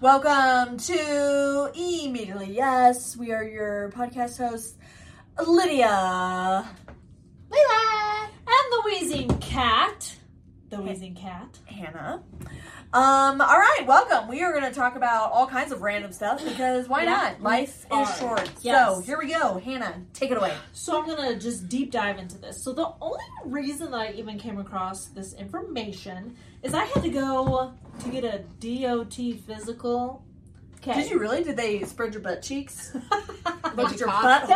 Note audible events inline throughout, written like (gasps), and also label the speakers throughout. Speaker 1: Welcome to Immediately Yes. We are your podcast hosts, Lydia
Speaker 2: Layla!
Speaker 3: and the wheezing cat. The wheezing cat.
Speaker 1: Hannah. Um, all right, welcome. We are going to talk about all kinds of random stuff because why
Speaker 3: Yeah,
Speaker 1: not?
Speaker 3: we
Speaker 1: Life is
Speaker 3: are.
Speaker 1: short. So
Speaker 3: Yes.
Speaker 1: here we go. Hannah, take it away.
Speaker 3: So I'm gonna just deep dive into this. So the only reason that I even came across this information is I had to go to get a DOT physical. Okay.
Speaker 1: Did you really? Did they spread your butt
Speaker 3: (laughs)
Speaker 1: cheeks? Looked
Speaker 2: you
Speaker 1: at your
Speaker 2: cough?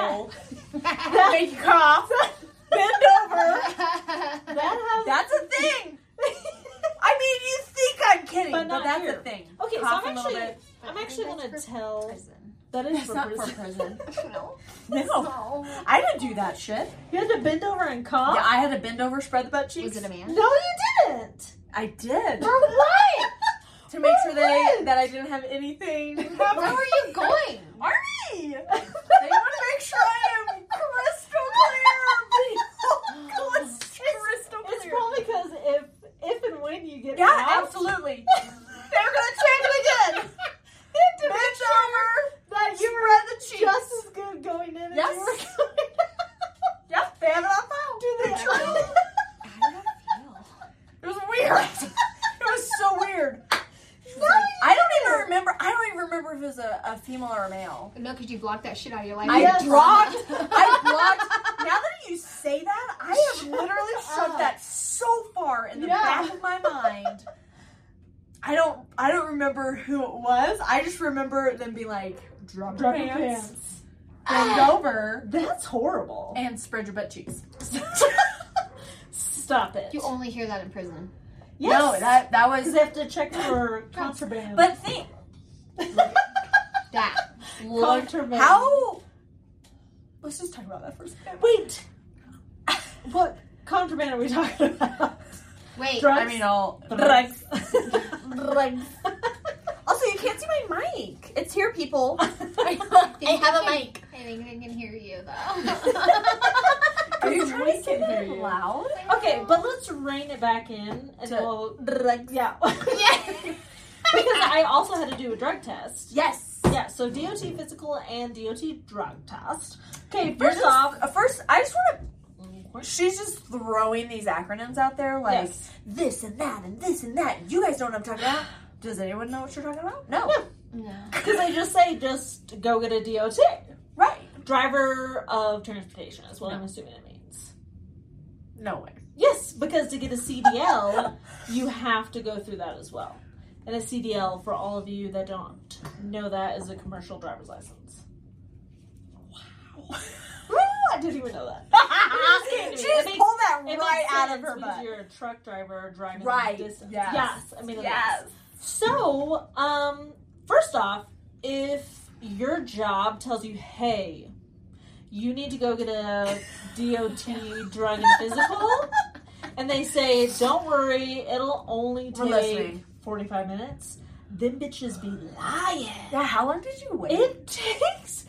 Speaker 1: butthole. Make you cough. Bend over.
Speaker 3: that has
Speaker 1: That's a
Speaker 3: (laughs)
Speaker 1: thing. I mean, you think I'm kidding, but,
Speaker 3: But not
Speaker 1: that's a
Speaker 3: here.
Speaker 1: thing.
Speaker 3: Okay, so
Speaker 1: Cough
Speaker 3: I'm
Speaker 1: a little
Speaker 3: actually-
Speaker 1: bit.
Speaker 3: I'm actually gonna tell
Speaker 2: Prison.
Speaker 3: that is
Speaker 1: It's
Speaker 3: for
Speaker 1: not for
Speaker 3: prison.
Speaker 1: prison.
Speaker 2: No.
Speaker 1: No, I didn't do that shit.
Speaker 3: (laughs) You had to bend over and cough.
Speaker 1: Yeah, I had to bend over, spread the butt cheeks.
Speaker 2: Was it a man?
Speaker 3: no, you
Speaker 1: (laughs)
Speaker 3: didn't.
Speaker 1: I did
Speaker 3: For what?
Speaker 1: to make sure
Speaker 3: for
Speaker 1: that I,
Speaker 3: what?
Speaker 1: that I didn't have anything.
Speaker 2: Where were you going?
Speaker 1: (laughs) Army. I want to make sure I am crystal (laughs) clear. people. Crystal Oh, crystal
Speaker 3: (laughs) It's
Speaker 1: clear.
Speaker 3: probably because if if and when you get
Speaker 1: Yeah, (laughs)
Speaker 3: out,
Speaker 1: absolutely. They're gonna check it (laughs) again. Bend over.
Speaker 3: that you were
Speaker 1: spread the cheeks.
Speaker 3: just as good going in as
Speaker 1: Yes. (laughs)
Speaker 3: you were going out.
Speaker 1: Yeah, fan it up out.
Speaker 3: Do they
Speaker 1: Control.
Speaker 3: actually-
Speaker 2: How did I feel?
Speaker 1: (laughs) It was weird. (laughs) It was so weird.
Speaker 3: No,
Speaker 1: I don't even remember. I don't even remember if it was a, a female or a male.
Speaker 2: No, because you blocked that shit out of your life.
Speaker 1: I
Speaker 3: Yes.
Speaker 2: (laughs)
Speaker 1: blocked. I blocked. Now that you say that, I have literally shoved
Speaker 2: up.
Speaker 1: that so far in the
Speaker 3: Yeah.
Speaker 1: back of my mind. I don't. I don't remember who it was. I just remember them being like, "Drop,
Speaker 3: Drop
Speaker 1: your
Speaker 3: your
Speaker 1: pants,
Speaker 3: pants.
Speaker 1: bend over,
Speaker 3: That's horrible.
Speaker 1: and spread your butt (laughs) cheeks."
Speaker 3: Stop it.
Speaker 2: You only hear that in prison.
Speaker 3: yes.
Speaker 1: No, that that
Speaker 3: because
Speaker 1: was.
Speaker 3: they have to check for contraband.
Speaker 1: But (laughs) think,
Speaker 2: That.
Speaker 1: look,
Speaker 3: Contraband.
Speaker 1: how? Let's just talk about that for a second.
Speaker 3: Wait. What contraband are we talking
Speaker 1: (laughs)
Speaker 3: about?
Speaker 2: Wait.
Speaker 3: Drugs?
Speaker 1: I mean, all
Speaker 3: Drugs.
Speaker 1: Drugs. (laughs) Also, you can't see my mic. It's here, (laughs) people.
Speaker 2: They have a mic.
Speaker 1: (laughs)
Speaker 2: I think they can hear you though.
Speaker 1: Are you
Speaker 3: We
Speaker 1: trying to say
Speaker 3: can hear
Speaker 1: that
Speaker 3: you.
Speaker 1: (laughs) loud?
Speaker 3: (laughs) okay, but let's rein it back in and
Speaker 1: To-
Speaker 3: we'll.
Speaker 1: Drugs.
Speaker 3: Yeah. (laughs)
Speaker 2: yeah.
Speaker 3: because I also had to do a drug test.
Speaker 1: Yes.
Speaker 3: Yeah, so DOT physical and DOT drug test. Okay,
Speaker 1: You're
Speaker 3: first
Speaker 1: just-
Speaker 3: off,
Speaker 1: uh, first, I just want to. She's just throwing these acronyms out there, like
Speaker 3: Yes.
Speaker 1: this and that and this and that. You guys don't know what I'm talking about. (gasps) Does anyone know what you're talking about? (laughs) No.
Speaker 3: No.
Speaker 2: No.
Speaker 3: Because they just say just go get a DOT.
Speaker 1: Right.
Speaker 3: Driver of transportation is what I'm assuming it means.
Speaker 1: No way.
Speaker 3: Yes, because to get
Speaker 1: (laughs)
Speaker 3: a CDL, you have to go through that as well. And a CDL, for all of you that don't know that, is a commercial driver's license. Woo, I didn't even know that.
Speaker 1: she
Speaker 3: It
Speaker 1: just
Speaker 3: makes-
Speaker 1: pulled that
Speaker 3: It
Speaker 1: right
Speaker 3: makes
Speaker 1: out of
Speaker 3: sense
Speaker 1: her
Speaker 3: because
Speaker 1: butt.
Speaker 3: You're a truck driver driving
Speaker 1: Right,
Speaker 3: the distance.
Speaker 1: yes.
Speaker 3: I mean, it makes So, um, first off, if your job tells you, hey, you need to go get a DOT drug and physical, and they say, don't worry, it'll only
Speaker 1: (laughs) We're
Speaker 3: take
Speaker 1: listening.
Speaker 3: 45 minutes, then bitches be lying.
Speaker 1: Yeah. How long did you wait?
Speaker 3: It (laughs) takes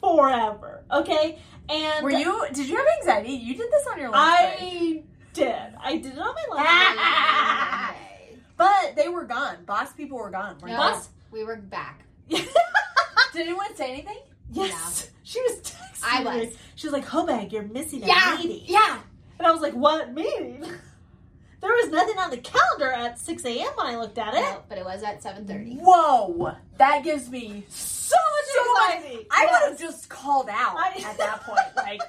Speaker 3: forever, okay? And
Speaker 1: Were you? Did you have anxiety? You did this on your lunch break.
Speaker 3: I did. I did it on my
Speaker 2: Ah!
Speaker 3: lunch break.
Speaker 1: But they were gone. Boss people were gone. Were
Speaker 2: No.
Speaker 3: Boss-
Speaker 2: We were back.
Speaker 1: Did anyone say anything?
Speaker 3: (laughs) Yes. She was texting
Speaker 2: I
Speaker 3: me.
Speaker 2: was.
Speaker 3: She was like, Hobag, you're missing a meeting.
Speaker 2: Yeah.
Speaker 3: And I was like, what meeting? (laughs) There was nothing on the calendar at 6 a.m. when I looked at it.
Speaker 2: No, but it was at 7:30.
Speaker 1: Whoa, that gives me so much anxiety.
Speaker 3: anxiety.
Speaker 1: I
Speaker 3: Yes.
Speaker 1: would have just called out
Speaker 3: I-
Speaker 1: at that point. (laughs) Like,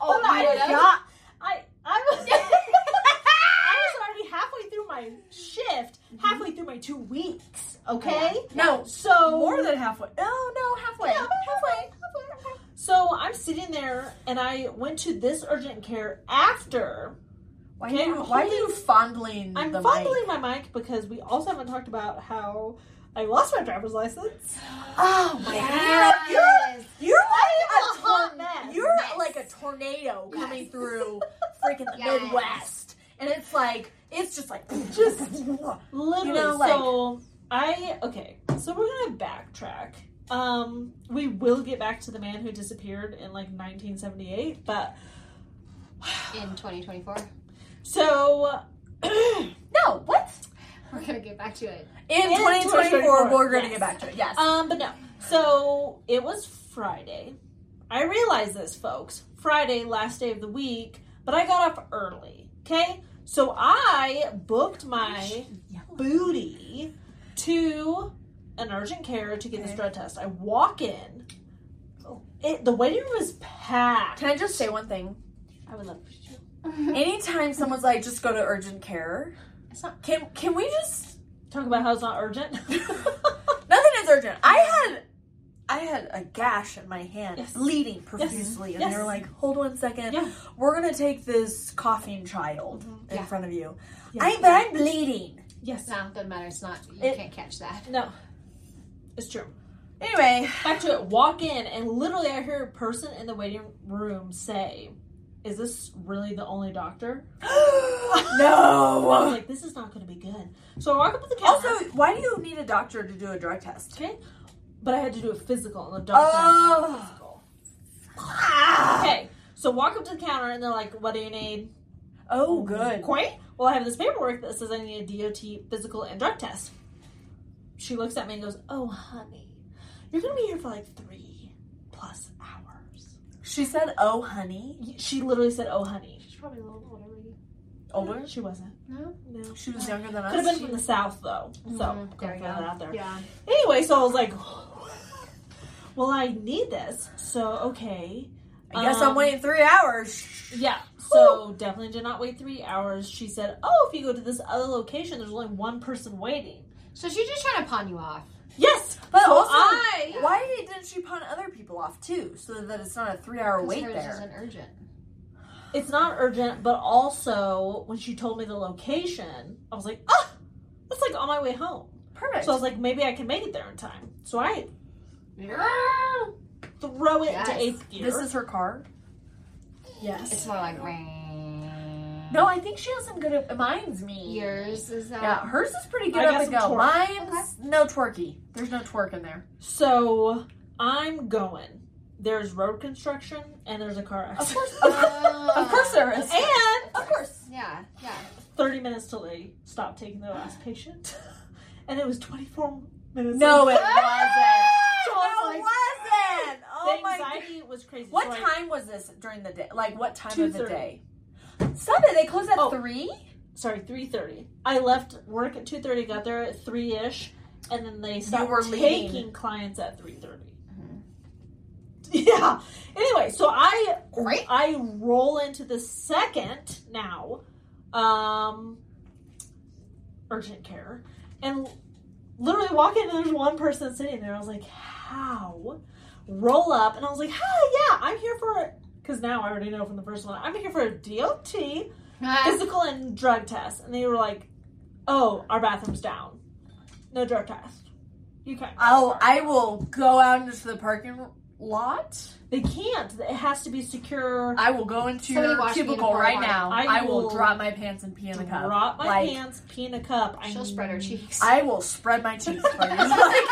Speaker 3: Oh my
Speaker 2: you know?
Speaker 3: god. I, I
Speaker 1: (laughs)
Speaker 3: was. I was already halfway through my shift,
Speaker 1: Mm-hmm.
Speaker 3: halfway through my two weeks, okay?
Speaker 1: no,
Speaker 3: So.
Speaker 1: Oh, more than halfway. Oh no, halfway.
Speaker 3: Yeah,
Speaker 1: halfway.
Speaker 3: So I'm sitting there and I went to this urgent care after.
Speaker 1: Why are
Speaker 3: Okay,
Speaker 1: you,
Speaker 3: I'm
Speaker 1: why are you fondling
Speaker 3: I'm
Speaker 1: the
Speaker 3: fondling
Speaker 1: mic?
Speaker 3: my mic because we also haven't talked about how I lost my driver's license.
Speaker 1: Oh my god. You're,
Speaker 2: Yes.
Speaker 1: you're
Speaker 3: I
Speaker 1: like
Speaker 3: am a hot
Speaker 1: a, torn-
Speaker 3: mess.
Speaker 1: You're
Speaker 2: Mess.
Speaker 1: like a tornado coming (laughs)
Speaker 2: Yes.
Speaker 1: through freaking the
Speaker 2: Yes.
Speaker 1: Midwest. And it's like, it's just (laughs) like,
Speaker 3: Just Literally.
Speaker 1: You know, like-
Speaker 3: so I okay. So we're gonna backtrack. Um, we will get back to the man who disappeared in like 1978, but
Speaker 2: In 2024.
Speaker 3: so (clears throat) um,
Speaker 1: No, what?
Speaker 2: We're gonna get back to it.
Speaker 1: In,
Speaker 3: In
Speaker 1: 2024,
Speaker 3: 2024,
Speaker 1: we're going to
Speaker 2: yes.
Speaker 1: get back to it. Yes.
Speaker 3: Um, but no. So it was Friday. I realize this, folks. Friday, last day of the week, but I got off early. Okay? So I booked my booty to an urgent care to get this
Speaker 1: Okay. Oh.
Speaker 3: drug test. I walk in. It, the waiting room is packed.
Speaker 1: Can I just say one thing?
Speaker 3: I would love
Speaker 1: (laughs) Anytime someone's like, just go to urgent care,
Speaker 2: It's not-
Speaker 1: can can we just
Speaker 3: talk about how it's
Speaker 1: (laughs)
Speaker 3: not urgent.
Speaker 1: nothing is urgent. I had I had a gash in my hand
Speaker 3: Yes.
Speaker 1: bleeding profusely, and they
Speaker 3: Yes.
Speaker 1: were like, "Hold one second,
Speaker 3: Yeah.
Speaker 1: we're gonna take this coughing child
Speaker 3: Mhm.
Speaker 1: in
Speaker 2: Yeah.
Speaker 1: front of you."
Speaker 3: Yeah.
Speaker 1: I but I'm bleeding.
Speaker 3: (laughs) yes.
Speaker 2: No, doesn't matter. It's not. You
Speaker 1: It-
Speaker 2: can't catch that.
Speaker 3: No. It's true.
Speaker 1: Anyway, (gasps)
Speaker 3: back to it. Walk in, and literally, I hear a person in the waiting room say, "Is this really the only doctor?" I was (laughs)
Speaker 1: no.
Speaker 3: like, "This is not going to be good." So I walk up to the counter,
Speaker 1: Also, why do you need a doctor to do a drug test?
Speaker 3: but I had to do a physical, and the doctor.
Speaker 1: Oh.
Speaker 3: Ah! Okay, so walk up to the counter, and they're like, "What do you need?"
Speaker 1: Oh, good.
Speaker 3: Quay? Well, I have this paperwork that says I need a DOT physical and drug test. She looks at me and goes, "Oh, honey, you're going to be here for like three plus hours."
Speaker 1: She said, "Oh, honey."
Speaker 3: She literally said, "Oh, honey."
Speaker 2: She's probably a little older. than you.
Speaker 1: Older?
Speaker 3: She wasn't.
Speaker 2: No.
Speaker 3: No.
Speaker 1: She was younger than
Speaker 3: Could have been
Speaker 1: us.
Speaker 3: from the south though, so
Speaker 2: Mhm,
Speaker 3: could
Speaker 2: there
Speaker 3: have
Speaker 2: you
Speaker 3: put
Speaker 2: go.
Speaker 3: that out there.
Speaker 2: Yeah.
Speaker 3: Anyway, so I was like, (sighs) "Well, I need this, so okay."
Speaker 1: I guess
Speaker 3: Um,
Speaker 1: I'm waiting three hours.
Speaker 3: Yeah, so definitely did not wait three hours. She said, "Oh, if you go to this other location, there's only one person waiting."
Speaker 2: So she's just trying to pawn you off.
Speaker 3: Yes,
Speaker 1: But
Speaker 3: so
Speaker 1: also,
Speaker 3: I
Speaker 1: why didn't she pawn other people off too, so that it's not a three-hour
Speaker 2: 'Cause
Speaker 1: wait
Speaker 2: hers
Speaker 1: there?
Speaker 2: isn't urgent.
Speaker 3: it's not urgent, but also when she told me the location, I was like, "Ah, that's like on my way home."
Speaker 1: Perfect.
Speaker 3: So I was like, "Maybe I can make it there in time." So I
Speaker 2: It's
Speaker 3: throw it
Speaker 2: Yes.
Speaker 3: to eighth gear.
Speaker 1: this is her car.
Speaker 3: yes.
Speaker 2: more like
Speaker 1: No, I think she has some good. Mine's me.
Speaker 2: Yours is uh, that.
Speaker 1: Yeah, hers is pretty good
Speaker 3: I got
Speaker 1: up and
Speaker 3: some
Speaker 1: go.
Speaker 3: twerk.
Speaker 1: Mine's no twerky. There's no twerk in there.
Speaker 3: So I'm going. There's road construction and there's a car accident.
Speaker 1: (laughs) of course there is.
Speaker 3: And
Speaker 1: Of course.
Speaker 2: Yeah, yeah.
Speaker 3: 30 minutes till they stopped taking their last patient. (laughs) And it was 24 minutes.
Speaker 1: No, it wasn't.
Speaker 3: So I was
Speaker 1: it
Speaker 3: like-
Speaker 1: wasn't. Oh
Speaker 3: the
Speaker 1: my god.
Speaker 3: anxiety was crazy.
Speaker 1: What
Speaker 3: So I-
Speaker 1: time was this during the day? Like what time of the
Speaker 3: 2:30.
Speaker 1: day? Sunday. They close at
Speaker 3: Oh.
Speaker 1: three.
Speaker 3: sorry, 3.30. I left work at 2.30, got there at 3-ish, and then they stopped
Speaker 1: were leaving.
Speaker 3: taking clients at 3.30. (laughs) Yeah. Anyway, so I
Speaker 2: Great.
Speaker 3: I roll into the second now, um, urgent care, and literally walk in and there's one person sitting there. I was like, how? Roll up, and I was like, hi, yeah, I'm here for because now I already know from the first one. I'm here for a DOT physical and drug test, and they were like, oh, our bathroom's down, no drug test. You can't.
Speaker 1: Oh, I will go out into the parking lot.
Speaker 3: They can't. It has to be secure.
Speaker 1: I will go into
Speaker 2: Somebody
Speaker 1: your
Speaker 2: watch me in
Speaker 1: cubicle
Speaker 2: the
Speaker 1: right
Speaker 2: car.
Speaker 1: now.
Speaker 3: I
Speaker 1: I, will
Speaker 3: will
Speaker 1: drop my pants and pee in the cup.
Speaker 3: Drop my
Speaker 1: like,
Speaker 3: pants, pee in a cup. I
Speaker 2: She'll spread
Speaker 3: (laughs)
Speaker 2: her cheeks. (laughs)
Speaker 1: I will spread my cheeks for you. (laughs) like,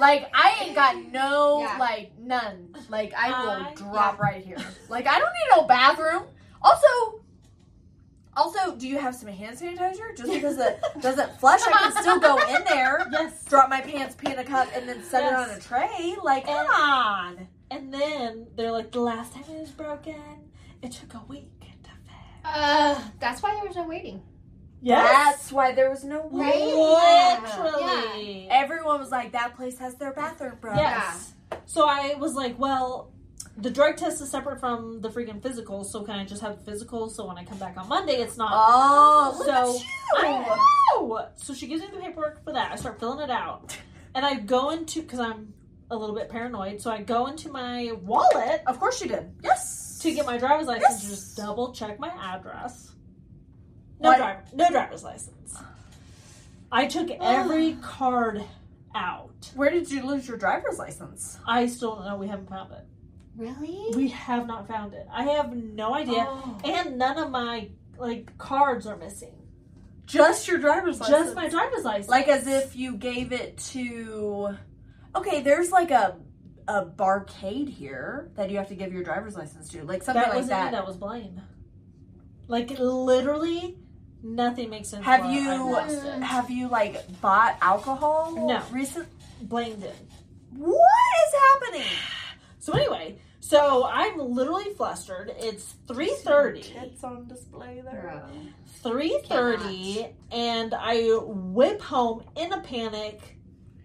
Speaker 1: like, I ain't got no,
Speaker 2: Yeah.
Speaker 1: like, none. Like, I will
Speaker 3: I-
Speaker 1: drop right here. Like, I don't need no bathroom. Also, also, do you have some hand sanitizer? Just because it
Speaker 3: (laughs)
Speaker 1: doesn't flush, I can still go in there,
Speaker 3: Yes.
Speaker 1: drop my pants, pee in a cup, and then set
Speaker 3: Yes.
Speaker 1: it on a tray. Like,
Speaker 3: And-
Speaker 1: come on.
Speaker 3: And then they're like, the last time it was broken, it took a week to fix.
Speaker 2: Uh, that's why there was no waiting.
Speaker 1: That's why there was no
Speaker 2: Right?
Speaker 1: way.
Speaker 3: Literally.
Speaker 1: Everyone was like, that place has their bathroom, bro.
Speaker 3: Yes. So I was like, well, the drug test is separate from the freaking physical, so can I just have the physical so when I come back on Monday it's not
Speaker 1: Oh, look
Speaker 3: So-
Speaker 1: at you.
Speaker 3: I know. So she gives me the paperwork for that. I start filling it out, and I go into because I'm a little bit paranoid. So I go into my wallet
Speaker 1: Of course you did. Yes.
Speaker 3: to get my driver's license to
Speaker 1: Yes.
Speaker 3: just double check my address. No
Speaker 1: What?
Speaker 3: driver, no driver's license. I took every card out.
Speaker 1: Where did you lose your driver's license?
Speaker 3: I still don't know. We haven't found it.
Speaker 2: Really?
Speaker 3: We have not found it. I have no idea,
Speaker 2: Oh.
Speaker 3: and none of my like cards are missing.
Speaker 1: Just your driver's license.
Speaker 3: Just my driver's license.
Speaker 1: Like as if you gave it to. Okay, there's like a a barcade here that you have to give your driver's license to, like something
Speaker 3: that
Speaker 1: like
Speaker 3: wasn't me.
Speaker 1: that.
Speaker 3: That was Blaine. Like literally, Nothing makes sense.
Speaker 1: Have
Speaker 3: Laura.
Speaker 1: you-
Speaker 3: I lost it.
Speaker 1: Have you like bought alcohol?
Speaker 3: No.
Speaker 1: Recent.
Speaker 3: blamed it?
Speaker 1: What is happening?
Speaker 3: So anyway, so I'm literally flustered. It's (sighs) three thirty.
Speaker 1: Tits on display there.
Speaker 3: Three thirty, and I whip home in a panic.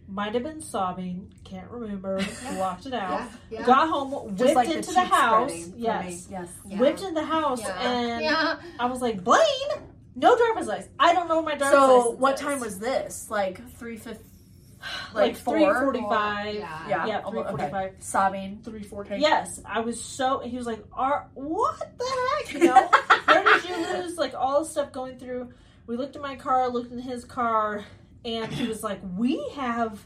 Speaker 3: Might have been sobbing. Can't
Speaker 1: (laughs)
Speaker 3: remember.
Speaker 2: Yeah.
Speaker 3: Locked it out.
Speaker 2: Yeah. Yeah.
Speaker 3: Got home, whipped into the,
Speaker 1: cheeks
Speaker 3: house.
Speaker 1: spreading for me.
Speaker 3: Yes.
Speaker 1: Yes.
Speaker 2: Yeah.
Speaker 3: Whipped into the house,
Speaker 2: Yeah.
Speaker 3: and
Speaker 2: yeah.
Speaker 3: I was like, Blaine, no driver's license. I don't know what my driver's license.
Speaker 1: So what
Speaker 3: is."
Speaker 1: time was this? Like three fifty.
Speaker 3: (sighs) like
Speaker 1: Like
Speaker 3: three
Speaker 1: four.
Speaker 3: forty-five?
Speaker 2: Yeah.
Speaker 1: Yeah.
Speaker 3: Yeah,
Speaker 1: almo- okay.
Speaker 3: 3:45.
Speaker 1: Sobbing.
Speaker 3: Three forty.
Speaker 1: (laughs) Okay.
Speaker 3: Yes, I was so. He was like, "Are what the heck?
Speaker 1: (laughs)
Speaker 3: You know, where did you lose like all the stuff going through?" We looked at my car, looked in his car, and he was like, "We have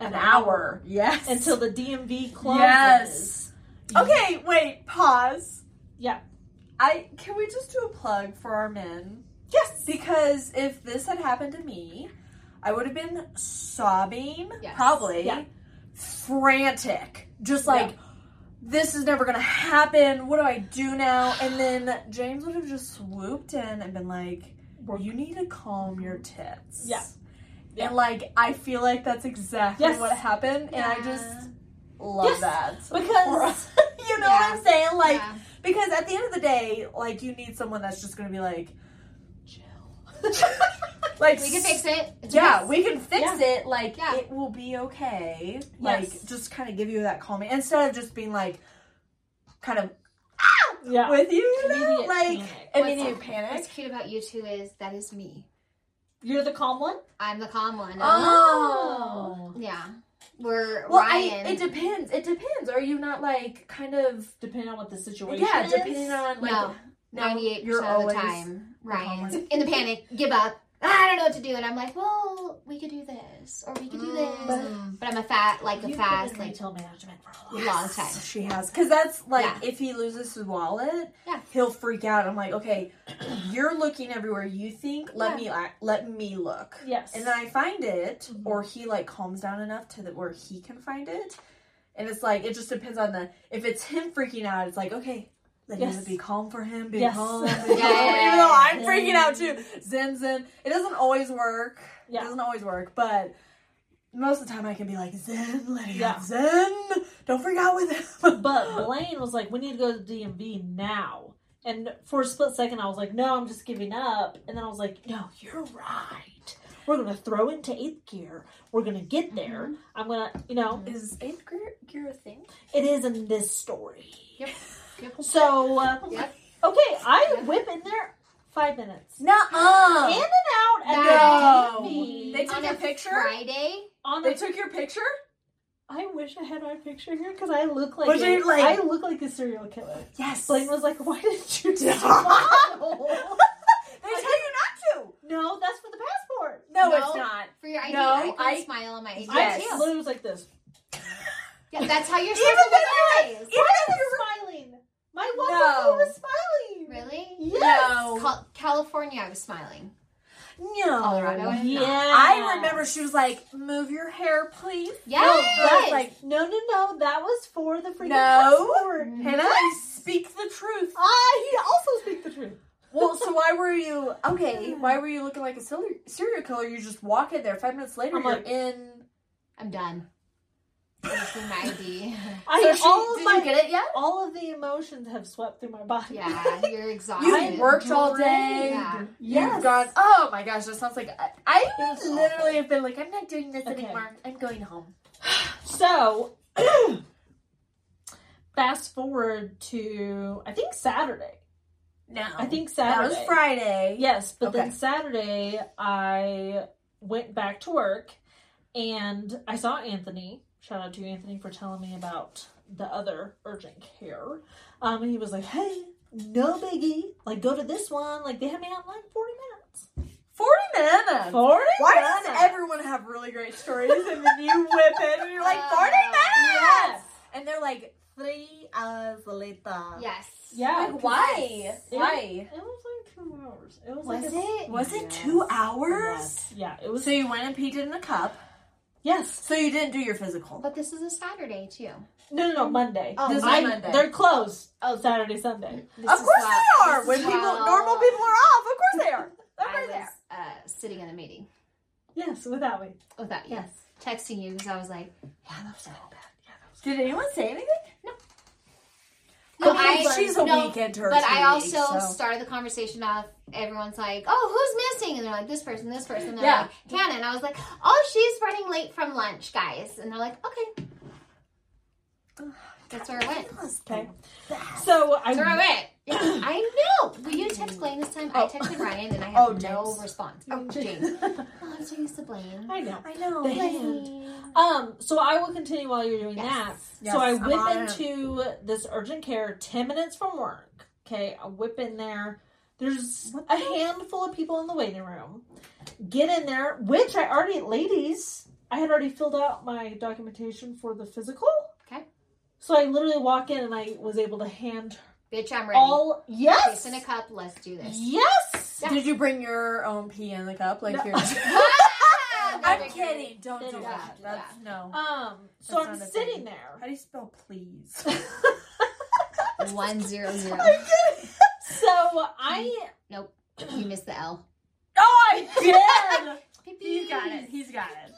Speaker 1: An, hour. Yes.
Speaker 3: until the DMV closes."
Speaker 1: Yes. Okay, wait, pause.
Speaker 3: Yeah.
Speaker 1: I can we just do a plug for our men?
Speaker 3: Yes.
Speaker 1: Because if this had happened to me, I would have been sobbing,
Speaker 2: Yes.
Speaker 1: probably
Speaker 3: Yeah.
Speaker 1: frantic. Just like this is never gonna happen. What do I do now? And
Speaker 3: (sighs)
Speaker 1: then James would have just swooped in and been like,
Speaker 3: We're-
Speaker 1: you need to calm your tits.
Speaker 3: Yeah. Yeah.
Speaker 1: And like I feel like that's exactly
Speaker 3: Yes.
Speaker 1: what happened, and I
Speaker 2: Yeah.
Speaker 1: just love
Speaker 3: Yes.
Speaker 1: that for
Speaker 3: because
Speaker 1: us. (laughs) you know
Speaker 2: Yeah.
Speaker 1: what I'm saying? Like,
Speaker 2: Yeah.
Speaker 1: because at the end of the day, like, you need someone that's just gonna be like, (laughs) like,
Speaker 2: we can fix it. It's
Speaker 1: Yeah,
Speaker 2: a mess.
Speaker 1: we can fix
Speaker 3: Yeah.
Speaker 1: it. Like,
Speaker 2: Yeah.
Speaker 1: it will be okay.
Speaker 3: Yes.
Speaker 1: Like, just kind of give you that calming instead of just being like, kind of
Speaker 3: yeah,
Speaker 1: with you, you know?
Speaker 3: Immediate
Speaker 1: like
Speaker 3: panic.
Speaker 1: immediate
Speaker 2: What's-
Speaker 1: panic.
Speaker 2: What's cute about you two is that is me.
Speaker 3: you're the calm one.
Speaker 2: I'm the calm one.
Speaker 1: Oh.
Speaker 2: Yeah. We're
Speaker 1: Well,
Speaker 2: Ryan.
Speaker 1: I, it depends. It depends. Are you not like kind of?
Speaker 3: Depending on what the situation.
Speaker 1: Yeah,
Speaker 3: is.
Speaker 1: depending on like
Speaker 2: No.
Speaker 1: no,
Speaker 2: 98%
Speaker 1: you're
Speaker 2: of the
Speaker 1: always-
Speaker 2: time, Ryan's
Speaker 1: one.
Speaker 2: in the panic, give up. I don't know what to do, and I'm like, well, we could do this, or we could do this.
Speaker 1: But-
Speaker 2: But I'm a fat, like a
Speaker 3: You've
Speaker 2: fast,
Speaker 3: been in
Speaker 2: like
Speaker 3: retail management for a
Speaker 2: a
Speaker 3: while.
Speaker 2: long time.
Speaker 1: She has, because that's like
Speaker 2: Yeah.
Speaker 1: if he loses his wallet,
Speaker 2: Yeah.
Speaker 1: he'll freak out. I'm like, okay, you're looking everywhere. You think let
Speaker 2: Yeah.
Speaker 1: me ac- let me look,
Speaker 3: Yes.
Speaker 1: and then I find it,
Speaker 3: Mhm.
Speaker 1: or he like calms down enough to the, where he can find it. And it's like it just depends on the if it's him freaking out, it's like okay. Let
Speaker 3: Yes.
Speaker 1: him be calm for him. Be
Speaker 3: Yes.
Speaker 1: calm. Be
Speaker 3: Yeah.
Speaker 1: calm. Even though I'm freaking out
Speaker 3: Yeah.
Speaker 1: too. Zen zen. It doesn't always work. It
Speaker 3: Yeah.
Speaker 1: doesn't always work, but most of the time I can be like zen, let it
Speaker 3: Yeah.
Speaker 1: out, zen. Don't freak out with him. (laughs)
Speaker 3: But Blaine was like, "We need to go to the DMV now." And for a split second, I was like, "No, I'm just giving up." And then I was like, "No, you're right. We're gonna throw into eighth gear. We're gonna
Speaker 1: Mm-hmm.
Speaker 3: get there. I'm gonna, you know,
Speaker 1: Is eighth gear, gear a thing?
Speaker 3: it is in this story."
Speaker 2: Yep. Yep.
Speaker 3: (laughs) So uh,
Speaker 2: Yep.
Speaker 3: okay, I whip in there five minutes, in
Speaker 1: Nuh-uh.
Speaker 3: and out
Speaker 1: No.
Speaker 3: at the DMV.
Speaker 1: They took
Speaker 2: on
Speaker 1: your
Speaker 2: a
Speaker 1: picture?
Speaker 2: Friday.
Speaker 3: on
Speaker 1: They
Speaker 3: the.
Speaker 1: took your picture?
Speaker 3: I wish I had my picture here because I look like,
Speaker 1: Was
Speaker 3: a-
Speaker 1: it like-
Speaker 3: I look like a serial killer.
Speaker 1: Yes.
Speaker 3: Blaine was like, "Why
Speaker 1: (laughs)
Speaker 3: didn't you?"
Speaker 1: they
Speaker 3: do
Speaker 1: tell (laughs) you not to.
Speaker 3: No, that's for the passport.
Speaker 1: No,
Speaker 2: No.
Speaker 1: it's not. (laughs)
Speaker 2: For your ID,
Speaker 1: No,
Speaker 2: I couldn't
Speaker 1: I-
Speaker 2: smile on my ID.
Speaker 1: Yes.
Speaker 3: I literally was like this.
Speaker 2: Yeah, that's how you're
Speaker 1: Even
Speaker 2: supposed to
Speaker 1: when
Speaker 2: look at eyes.
Speaker 1: Even
Speaker 3: Why
Speaker 1: if
Speaker 3: is
Speaker 1: you're-
Speaker 3: it smiling? My one
Speaker 1: No.
Speaker 3: was smiling.
Speaker 2: Really?
Speaker 3: Yes.
Speaker 1: No.
Speaker 2: Cal- California, I was smiling.
Speaker 1: No.
Speaker 2: Colorado, I was
Speaker 3: Oh, Yeah.
Speaker 2: not.
Speaker 1: I remember she was like, move your hair, please.
Speaker 2: Yeah.
Speaker 1: I was like,
Speaker 3: No, no, no. That was for the freaking
Speaker 1: No. Mm-hmm.
Speaker 3: passport.
Speaker 1: Hannah, I speak the truth.
Speaker 3: Ah, he also speak the truth.
Speaker 1: Well, so why were you okay? Why were you looking like a serial serial killer? You just walk in there. Five minutes later,
Speaker 3: I'm
Speaker 1: you're
Speaker 3: like-
Speaker 1: in.
Speaker 2: I'm done. I just need my
Speaker 1: (laughs)
Speaker 2: ID.
Speaker 3: I
Speaker 1: So she-
Speaker 3: all of
Speaker 1: did
Speaker 3: my
Speaker 1: you get it yet?
Speaker 3: all of the emotions have swept through my body. (laughs)
Speaker 2: Yeah, you're exhausted.
Speaker 1: You
Speaker 3: I'm
Speaker 1: worked all day.
Speaker 2: Yeah.
Speaker 3: Yes.
Speaker 1: You've gone. Oh my gosh, that sounds like I, I
Speaker 3: It was
Speaker 1: would literally have been like, I'm not doing this
Speaker 3: Okay.
Speaker 1: anymore. I'm going home.
Speaker 3: So, (clears throat) fast forward to I think Saturday.
Speaker 1: No,
Speaker 3: I think
Speaker 1: that
Speaker 3: Saturday.
Speaker 1: was Friday.
Speaker 3: Yes, but
Speaker 1: Okay.
Speaker 3: then Saturday I went back to work and I saw Anthony. Shout out to you, Anthony, for telling me about the other urgent care. Um, and he was like, hey, no biggie. Like, go to this one. Like, they had me out in like 40 minutes.
Speaker 1: forty minutes.
Speaker 3: 40
Speaker 1: Why
Speaker 3: minutes?
Speaker 1: does everyone have really great stories and then you whip it and you're (laughs) like forty minutes?
Speaker 3: Yes.
Speaker 1: Uh, And they're like three hours later.
Speaker 2: Yes.
Speaker 3: Yeah.
Speaker 1: Like why?
Speaker 3: It-
Speaker 1: Why?
Speaker 3: It was like two hours. It was,
Speaker 2: Was
Speaker 3: like a-
Speaker 2: it?
Speaker 1: Was it
Speaker 2: Yes.
Speaker 1: two
Speaker 3: It
Speaker 1: hours?
Speaker 3: was. Yeah, it was.
Speaker 1: So you went and peed in a cup.
Speaker 3: Yes.
Speaker 1: So you didn't do your physical.
Speaker 2: But this is a Saturday too.
Speaker 3: No, no, no. Monday.
Speaker 2: Oh,
Speaker 1: This is
Speaker 3: I-
Speaker 1: Monday.
Speaker 3: They're closed. Oh, Saturday, Sunday.
Speaker 2: This
Speaker 1: of
Speaker 2: is
Speaker 1: course
Speaker 2: how-
Speaker 1: they are.
Speaker 2: this
Speaker 1: When
Speaker 2: is
Speaker 1: people,
Speaker 2: how
Speaker 1: normal people are off, of course they (laughs) are.
Speaker 2: I
Speaker 1: Everybody's
Speaker 2: was
Speaker 1: there.
Speaker 2: uh, sitting in a meeting
Speaker 3: Yes, without me.
Speaker 2: without you,
Speaker 3: Yes.
Speaker 2: texting you because I was like, yeah, I'm upset.
Speaker 1: Did anyone say anything?
Speaker 2: No,
Speaker 1: I mean,
Speaker 2: I-
Speaker 1: she's a
Speaker 2: no,
Speaker 1: weekend or
Speaker 2: But
Speaker 1: two
Speaker 2: I
Speaker 1: weeks,
Speaker 2: also
Speaker 1: so.
Speaker 2: started the conversation off. Everyone's like, "Oh, who's missing?" And they're like, "This person, this person." And they're
Speaker 1: Yeah.
Speaker 2: like, "Hannah." And I was like, "Oh, she's running late from lunch, guys." And they're like, "Okay." (sighs) That's where it went.
Speaker 3: Okay. So I
Speaker 2: That's where it went. I know. Will you text Blaine this time? I
Speaker 1: Oh.
Speaker 2: texted
Speaker 1: (laughs)
Speaker 2: Ryan, and I
Speaker 1: Oh,
Speaker 2: have no
Speaker 1: James.
Speaker 2: response.
Speaker 1: Oh, (laughs)
Speaker 2: James. Oh, I'm doing this to Blaine.
Speaker 3: I know.
Speaker 1: I know.
Speaker 3: The hand. Um, so I will continue while you're doing
Speaker 2: Yes.
Speaker 3: that.
Speaker 1: Yes,
Speaker 3: so I
Speaker 1: I'm
Speaker 3: whip
Speaker 1: on it.
Speaker 3: into this urgent care ten minutes from work. Okay, I whip in there. There's
Speaker 1: What
Speaker 3: a
Speaker 1: the-
Speaker 3: handful of people in the waiting room. Get in there, which I already, ladies, I had already filled out my documentation for the physical.
Speaker 2: Okay.
Speaker 3: So I literally walk in and I was able to hand
Speaker 2: Bitch, I'm ready.
Speaker 3: all. Yes.
Speaker 2: Face in a cup. Let's do this.
Speaker 3: Yes.
Speaker 1: Did you bring your own pee in the cup? Like
Speaker 3: No.
Speaker 1: your. (laughs)
Speaker 3: (laughs)
Speaker 1: I'm (laughs)
Speaker 2: Don't
Speaker 1: kidding. Don't
Speaker 3: They
Speaker 1: do
Speaker 3: don't
Speaker 1: that.
Speaker 2: do
Speaker 1: That's no.
Speaker 3: Um. So
Speaker 1: That's
Speaker 3: I'm
Speaker 1: not a
Speaker 3: sitting
Speaker 1: thing.
Speaker 3: there.
Speaker 1: How do you spell please?
Speaker 3: (laughs)
Speaker 2: One zero zero.
Speaker 3: So I.
Speaker 2: You missed the L.
Speaker 1: Oh, I did.
Speaker 2: He's
Speaker 1: He's got it.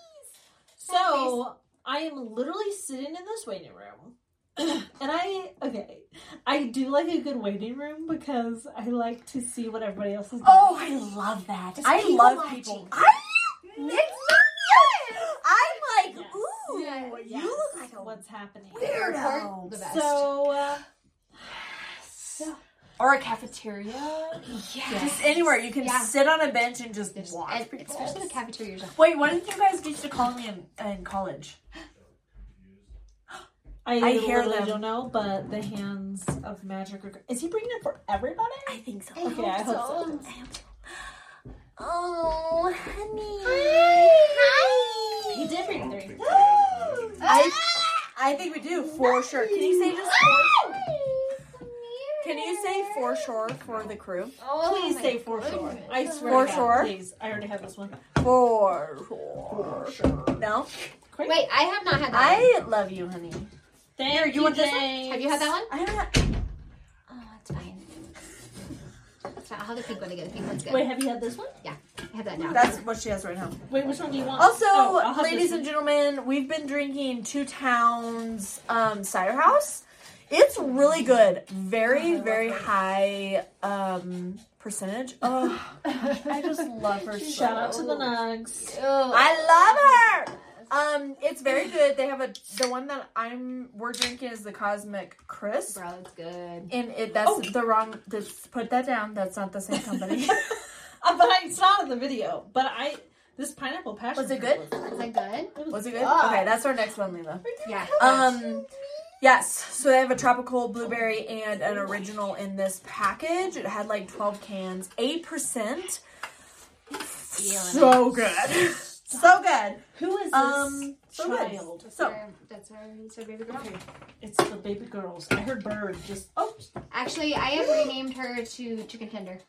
Speaker 3: So I am literally sitting in this waiting room. and I okay. I do like a good waiting room because I like to see what everybody else is doing.
Speaker 1: Oh, I love that.
Speaker 2: It's
Speaker 1: I
Speaker 2: people
Speaker 1: love
Speaker 2: watching.
Speaker 1: people. I, it's so good. I'm like,
Speaker 3: Yes.
Speaker 1: ooh,
Speaker 2: Yeah,
Speaker 3: Yes,
Speaker 1: you look like a
Speaker 3: what's happening.
Speaker 1: weirdo.
Speaker 2: Airport, the best.
Speaker 3: So uh,
Speaker 1: or a cafeteria. Just anywhere you can
Speaker 2: Yeah.
Speaker 1: sit on a bench and just
Speaker 2: There's-
Speaker 1: watch
Speaker 2: and
Speaker 1: people.
Speaker 2: especially the cafeterias.
Speaker 1: Wait, what did you guys get to call me in, in college? I
Speaker 3: I,
Speaker 1: hear
Speaker 3: literally
Speaker 1: them.
Speaker 3: don't know, but the hands of magic. Are, is he bringing it for everybody?
Speaker 1: I think so.
Speaker 3: Okay, I hope so.
Speaker 1: Oh, honey.
Speaker 3: He did bring three.
Speaker 1: I, I think we do for sure. Can you say just for? Can you say for sure for the crew?
Speaker 2: Oh,
Speaker 3: Please
Speaker 2: my
Speaker 3: say for sure.
Speaker 2: goodness.
Speaker 3: I
Speaker 1: For
Speaker 3: swear. to God,
Speaker 1: sure.
Speaker 3: Please, I already have this one.
Speaker 1: For sure. No,
Speaker 3: Great.
Speaker 2: Wait, I have not had that.
Speaker 1: I love you, honey.
Speaker 3: Thank
Speaker 1: Here, you want this one?
Speaker 3: James.
Speaker 2: Have you had that one?
Speaker 1: I don't.
Speaker 2: Oh, it's fine. It's fine. I'll have the pink one again. The pink one's good.
Speaker 3: Wait, have you had this one?
Speaker 2: I have that now.
Speaker 1: That's what she has right now.
Speaker 3: Wait, which one do you want?
Speaker 1: Also,
Speaker 3: Oh, I'll have
Speaker 1: ladies
Speaker 3: this
Speaker 1: and gentlemen, we've been drinking Two Towns um, Cider House. It's really good. Very, very high um, percentage. Oh, (laughs) I just love her. so
Speaker 3: Shout out to the Nugs.
Speaker 1: I love her. Um, it's very good. They have a the one that I'm we're drinking is the Cosmic Crisp,
Speaker 2: Bro, it's good.
Speaker 1: and it that's
Speaker 3: Oh.
Speaker 1: the wrong. Just put that down. That's not the same
Speaker 3: (laughs)
Speaker 1: company. (laughs)
Speaker 3: Uh, but I, it's not in the video. But I this pineapple passion.
Speaker 1: Was it good?
Speaker 2: Is that good?
Speaker 1: Was it good?
Speaker 3: Ah.
Speaker 1: Okay, that's our next one, Lila.
Speaker 2: Yeah.
Speaker 1: Um, yes. So they have a tropical blueberry and an original in this package. It had like 12 cans, 8%. So
Speaker 3: (laughs)
Speaker 1: good. so good.
Speaker 3: Who is this
Speaker 1: Um, so good.
Speaker 3: child?
Speaker 2: That's
Speaker 1: so-
Speaker 2: our, that's our, that's our baby girl.
Speaker 3: Okay, it's the baby girls. I heard bird. Just oh,
Speaker 2: Actually, I have renamed her to Chicken Tender.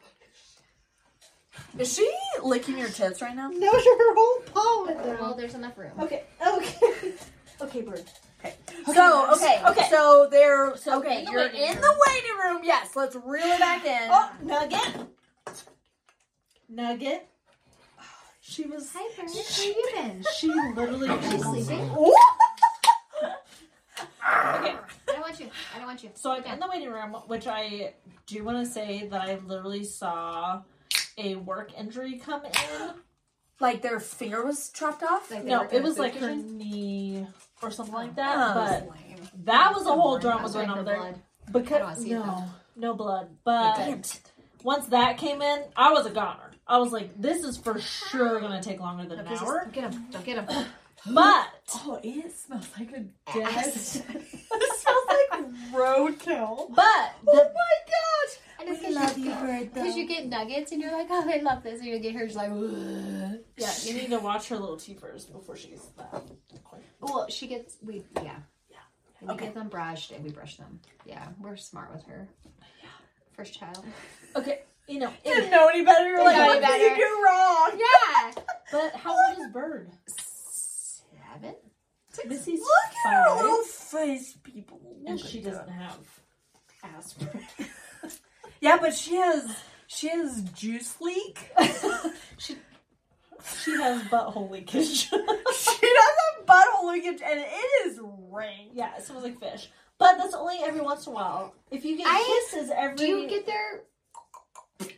Speaker 1: Is she licking your tits right now?
Speaker 3: no, (laughs) her whole paw with
Speaker 2: Well, there's enough room.
Speaker 3: Okay, okay, (laughs) okay, bird.
Speaker 1: So, okay.
Speaker 3: Okay.
Speaker 1: So they're.
Speaker 3: So
Speaker 1: okay,
Speaker 3: in the
Speaker 1: you're
Speaker 3: waiting
Speaker 1: in
Speaker 3: room.
Speaker 1: the waiting room. Yes, let's reel it back in.
Speaker 3: Oh, nugget, nugget. She was.
Speaker 2: Hi, Bird. Where you been?
Speaker 3: (laughs) She literally.
Speaker 2: Are you sleeping?
Speaker 3: Oh. Okay.
Speaker 2: I don't want you. I don't want you.
Speaker 3: So I'm in the waiting room, which I do want to say that I literally saw a work injury come in.
Speaker 1: Like their finger was chopped off?
Speaker 2: Like- They
Speaker 3: No,
Speaker 2: work in
Speaker 3: it
Speaker 2: a
Speaker 3: was
Speaker 2: food
Speaker 3: like her
Speaker 2: kitchen?
Speaker 3: knee or something like that.
Speaker 1: Oh.
Speaker 3: But that was a whole
Speaker 1: Something.
Speaker 3: drama
Speaker 2: was
Speaker 3: going
Speaker 2: waiting
Speaker 3: on
Speaker 2: for
Speaker 3: there.
Speaker 2: blood. I don't
Speaker 3: Because
Speaker 2: see it,
Speaker 3: no,
Speaker 2: though.
Speaker 3: no blood. But
Speaker 1: Damn it.
Speaker 3: once that came in, I was a goner. I was like, this is for sure gonna take longer than an
Speaker 2: Okay, just
Speaker 3: hour.
Speaker 1: (gasps)
Speaker 2: Don't get him. Don't get him.
Speaker 3: But
Speaker 1: Oh, it smells like a
Speaker 2: Ass.
Speaker 1: (laughs) it smells like roadkill. Oh
Speaker 3: but the,
Speaker 1: gosh!
Speaker 2: I
Speaker 1: We love you, Bird.
Speaker 2: Because you get nuggets and you're like, oh, I love this. And you get her just like, "Ugh."
Speaker 3: yeah, you need to watch her little teeth first before she gets that.
Speaker 2: well, she gets, we, yeah.
Speaker 3: Yeah.
Speaker 2: And we
Speaker 1: Okay.
Speaker 2: get them brushed and we brush them. Yeah, we're smart with her. First child. (laughs)
Speaker 3: Okay, you know.
Speaker 1: didn't
Speaker 3: it-
Speaker 1: know any better. You're
Speaker 2: Didn't
Speaker 1: like,
Speaker 2: know
Speaker 1: what
Speaker 2: any
Speaker 1: did you
Speaker 2: better."
Speaker 1: do wrong?
Speaker 2: Yeah.
Speaker 3: but how old is Bird?
Speaker 2: seven.
Speaker 3: Missy's
Speaker 1: Look at her
Speaker 3: five,
Speaker 1: little face, people.
Speaker 3: and
Speaker 1: Look
Speaker 3: she
Speaker 1: at that.
Speaker 3: doesn't have aspirin.
Speaker 1: Yeah, but she has she has juice
Speaker 3: (laughs)
Speaker 1: leak. (laughs)
Speaker 3: she she has butthole leakage. (laughs)
Speaker 1: she does have butthole leakage, and it is rank.
Speaker 3: yeah, it smells like fish. But that's only every once in a while. If you get
Speaker 2: I-
Speaker 3: kisses every,
Speaker 2: Do you get their?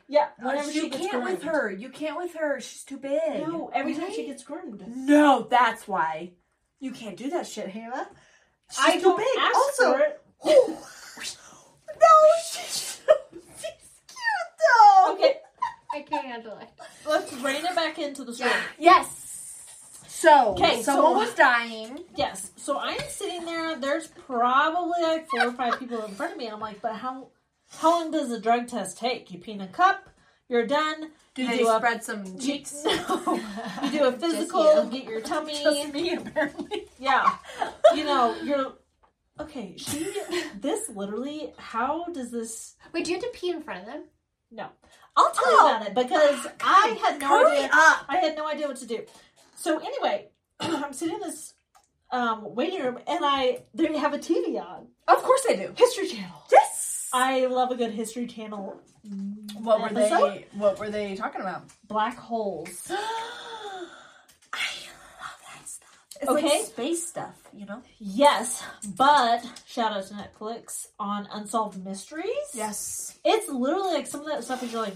Speaker 3: yeah, whenever
Speaker 1: you
Speaker 3: she gets
Speaker 1: Uh, can't with
Speaker 3: groomed.
Speaker 1: her. You can't with her. She's too big.
Speaker 3: No, every time she
Speaker 2: Really?
Speaker 3: gets groomed.
Speaker 1: No, that's why you can't do that shit, Hannah. She's
Speaker 3: I
Speaker 1: too
Speaker 3: don't
Speaker 1: big.
Speaker 3: ask
Speaker 1: (laughs)
Speaker 3: for
Speaker 1: Also,
Speaker 3: it.
Speaker 1: no, she's, (laughs) she's cute though.
Speaker 3: Okay,
Speaker 2: I can't handle it.
Speaker 3: let's rein it back into the story.
Speaker 1: Yes. So,
Speaker 3: 'Kay, so-
Speaker 1: someone was dying.
Speaker 3: Yes. So I'm sitting there. There's probably like four or five people in front of me. I'm like, but how how long does the drug test take? You pee in a cup. You're done.
Speaker 1: Did
Speaker 3: you
Speaker 1: they
Speaker 3: do a
Speaker 1: spread some
Speaker 3: you-
Speaker 1: cheeks?
Speaker 3: (laughs) no. You do a physical. (laughs)
Speaker 2: you.
Speaker 3: get your tummy.
Speaker 1: me, (laughs) apparently.
Speaker 3: yeah. You know. You're okay. She. This literally. How does this?
Speaker 2: Wait, do you have to pee in front of them?
Speaker 3: No. I'll tell you about it because (sighs) I had no
Speaker 1: Hurry
Speaker 3: idea.
Speaker 1: up.
Speaker 3: I had no idea what to do. So anyway, (clears throat) I'm sitting in this um, waiting room, and I they have a TV on
Speaker 1: Of course they do.
Speaker 3: History Channel.
Speaker 1: Yes.
Speaker 3: I love a good History Channel
Speaker 1: What were they?
Speaker 3: Episode?
Speaker 1: What were they talking about?
Speaker 3: black holes.
Speaker 1: (gasps) I love that stuff. It's
Speaker 3: Okay.
Speaker 1: like space stuff, you know.
Speaker 3: Yes, but shout out to Netflix on Unsolved Mysteries.
Speaker 1: Yes.
Speaker 3: It's literally like some of that stuff is you're like,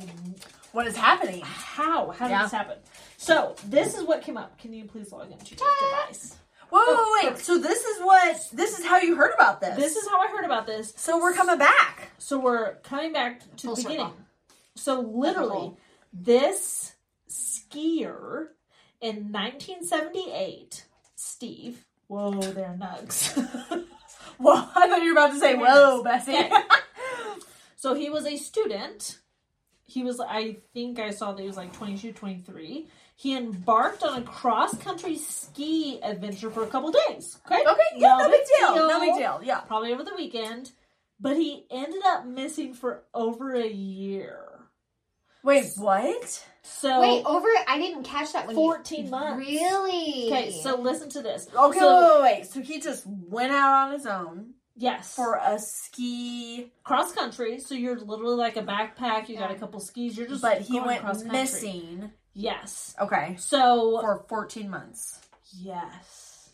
Speaker 1: What is happening?
Speaker 3: how? How did
Speaker 1: Yeah.
Speaker 3: this happen? So this is what came up. Can you please log into your
Speaker 2: Ah.
Speaker 3: device?
Speaker 1: Whoa, whoa, wait. So this is what. This is how you heard about this.
Speaker 3: This is how I heard about this.
Speaker 1: So we're coming back.
Speaker 3: So we're coming back to
Speaker 2: Full
Speaker 3: the
Speaker 2: circle.
Speaker 3: beginning. So literally, this skier in 1978, Steve. Whoa, they're
Speaker 1: (laughs)
Speaker 3: nugs. (laughs)
Speaker 1: Whoa! I thought you were about to say, "Whoa, Bessie."
Speaker 3: Okay. (laughs) so he was a student. He was, I think I saw that he was like 22, 23. He embarked on a cross country ski adventure for a couple days. Okay?
Speaker 1: (laughs) okay. Yeah. No, big deal. No big deal. Yeah.
Speaker 3: Probably over the weekend. But he ended up missing for over a year.
Speaker 1: Wait. What?
Speaker 3: So
Speaker 2: Wait,
Speaker 1: oh,
Speaker 2: over. I didn't catch that when you.
Speaker 3: 14 Oh. months.
Speaker 2: Really?
Speaker 3: Okay, so listen to this.
Speaker 1: Okay. wait,
Speaker 3: So-
Speaker 1: wait, wait. So he just went out on his own
Speaker 3: yes,
Speaker 1: for a ski,
Speaker 3: cross country. So you're literally like a backpack. You got a couple skis. You're just
Speaker 1: but he
Speaker 3: going
Speaker 1: went
Speaker 3: cross-country.
Speaker 1: missing.
Speaker 3: Yes.
Speaker 1: Okay.
Speaker 3: So
Speaker 1: For 14 months.
Speaker 3: yes,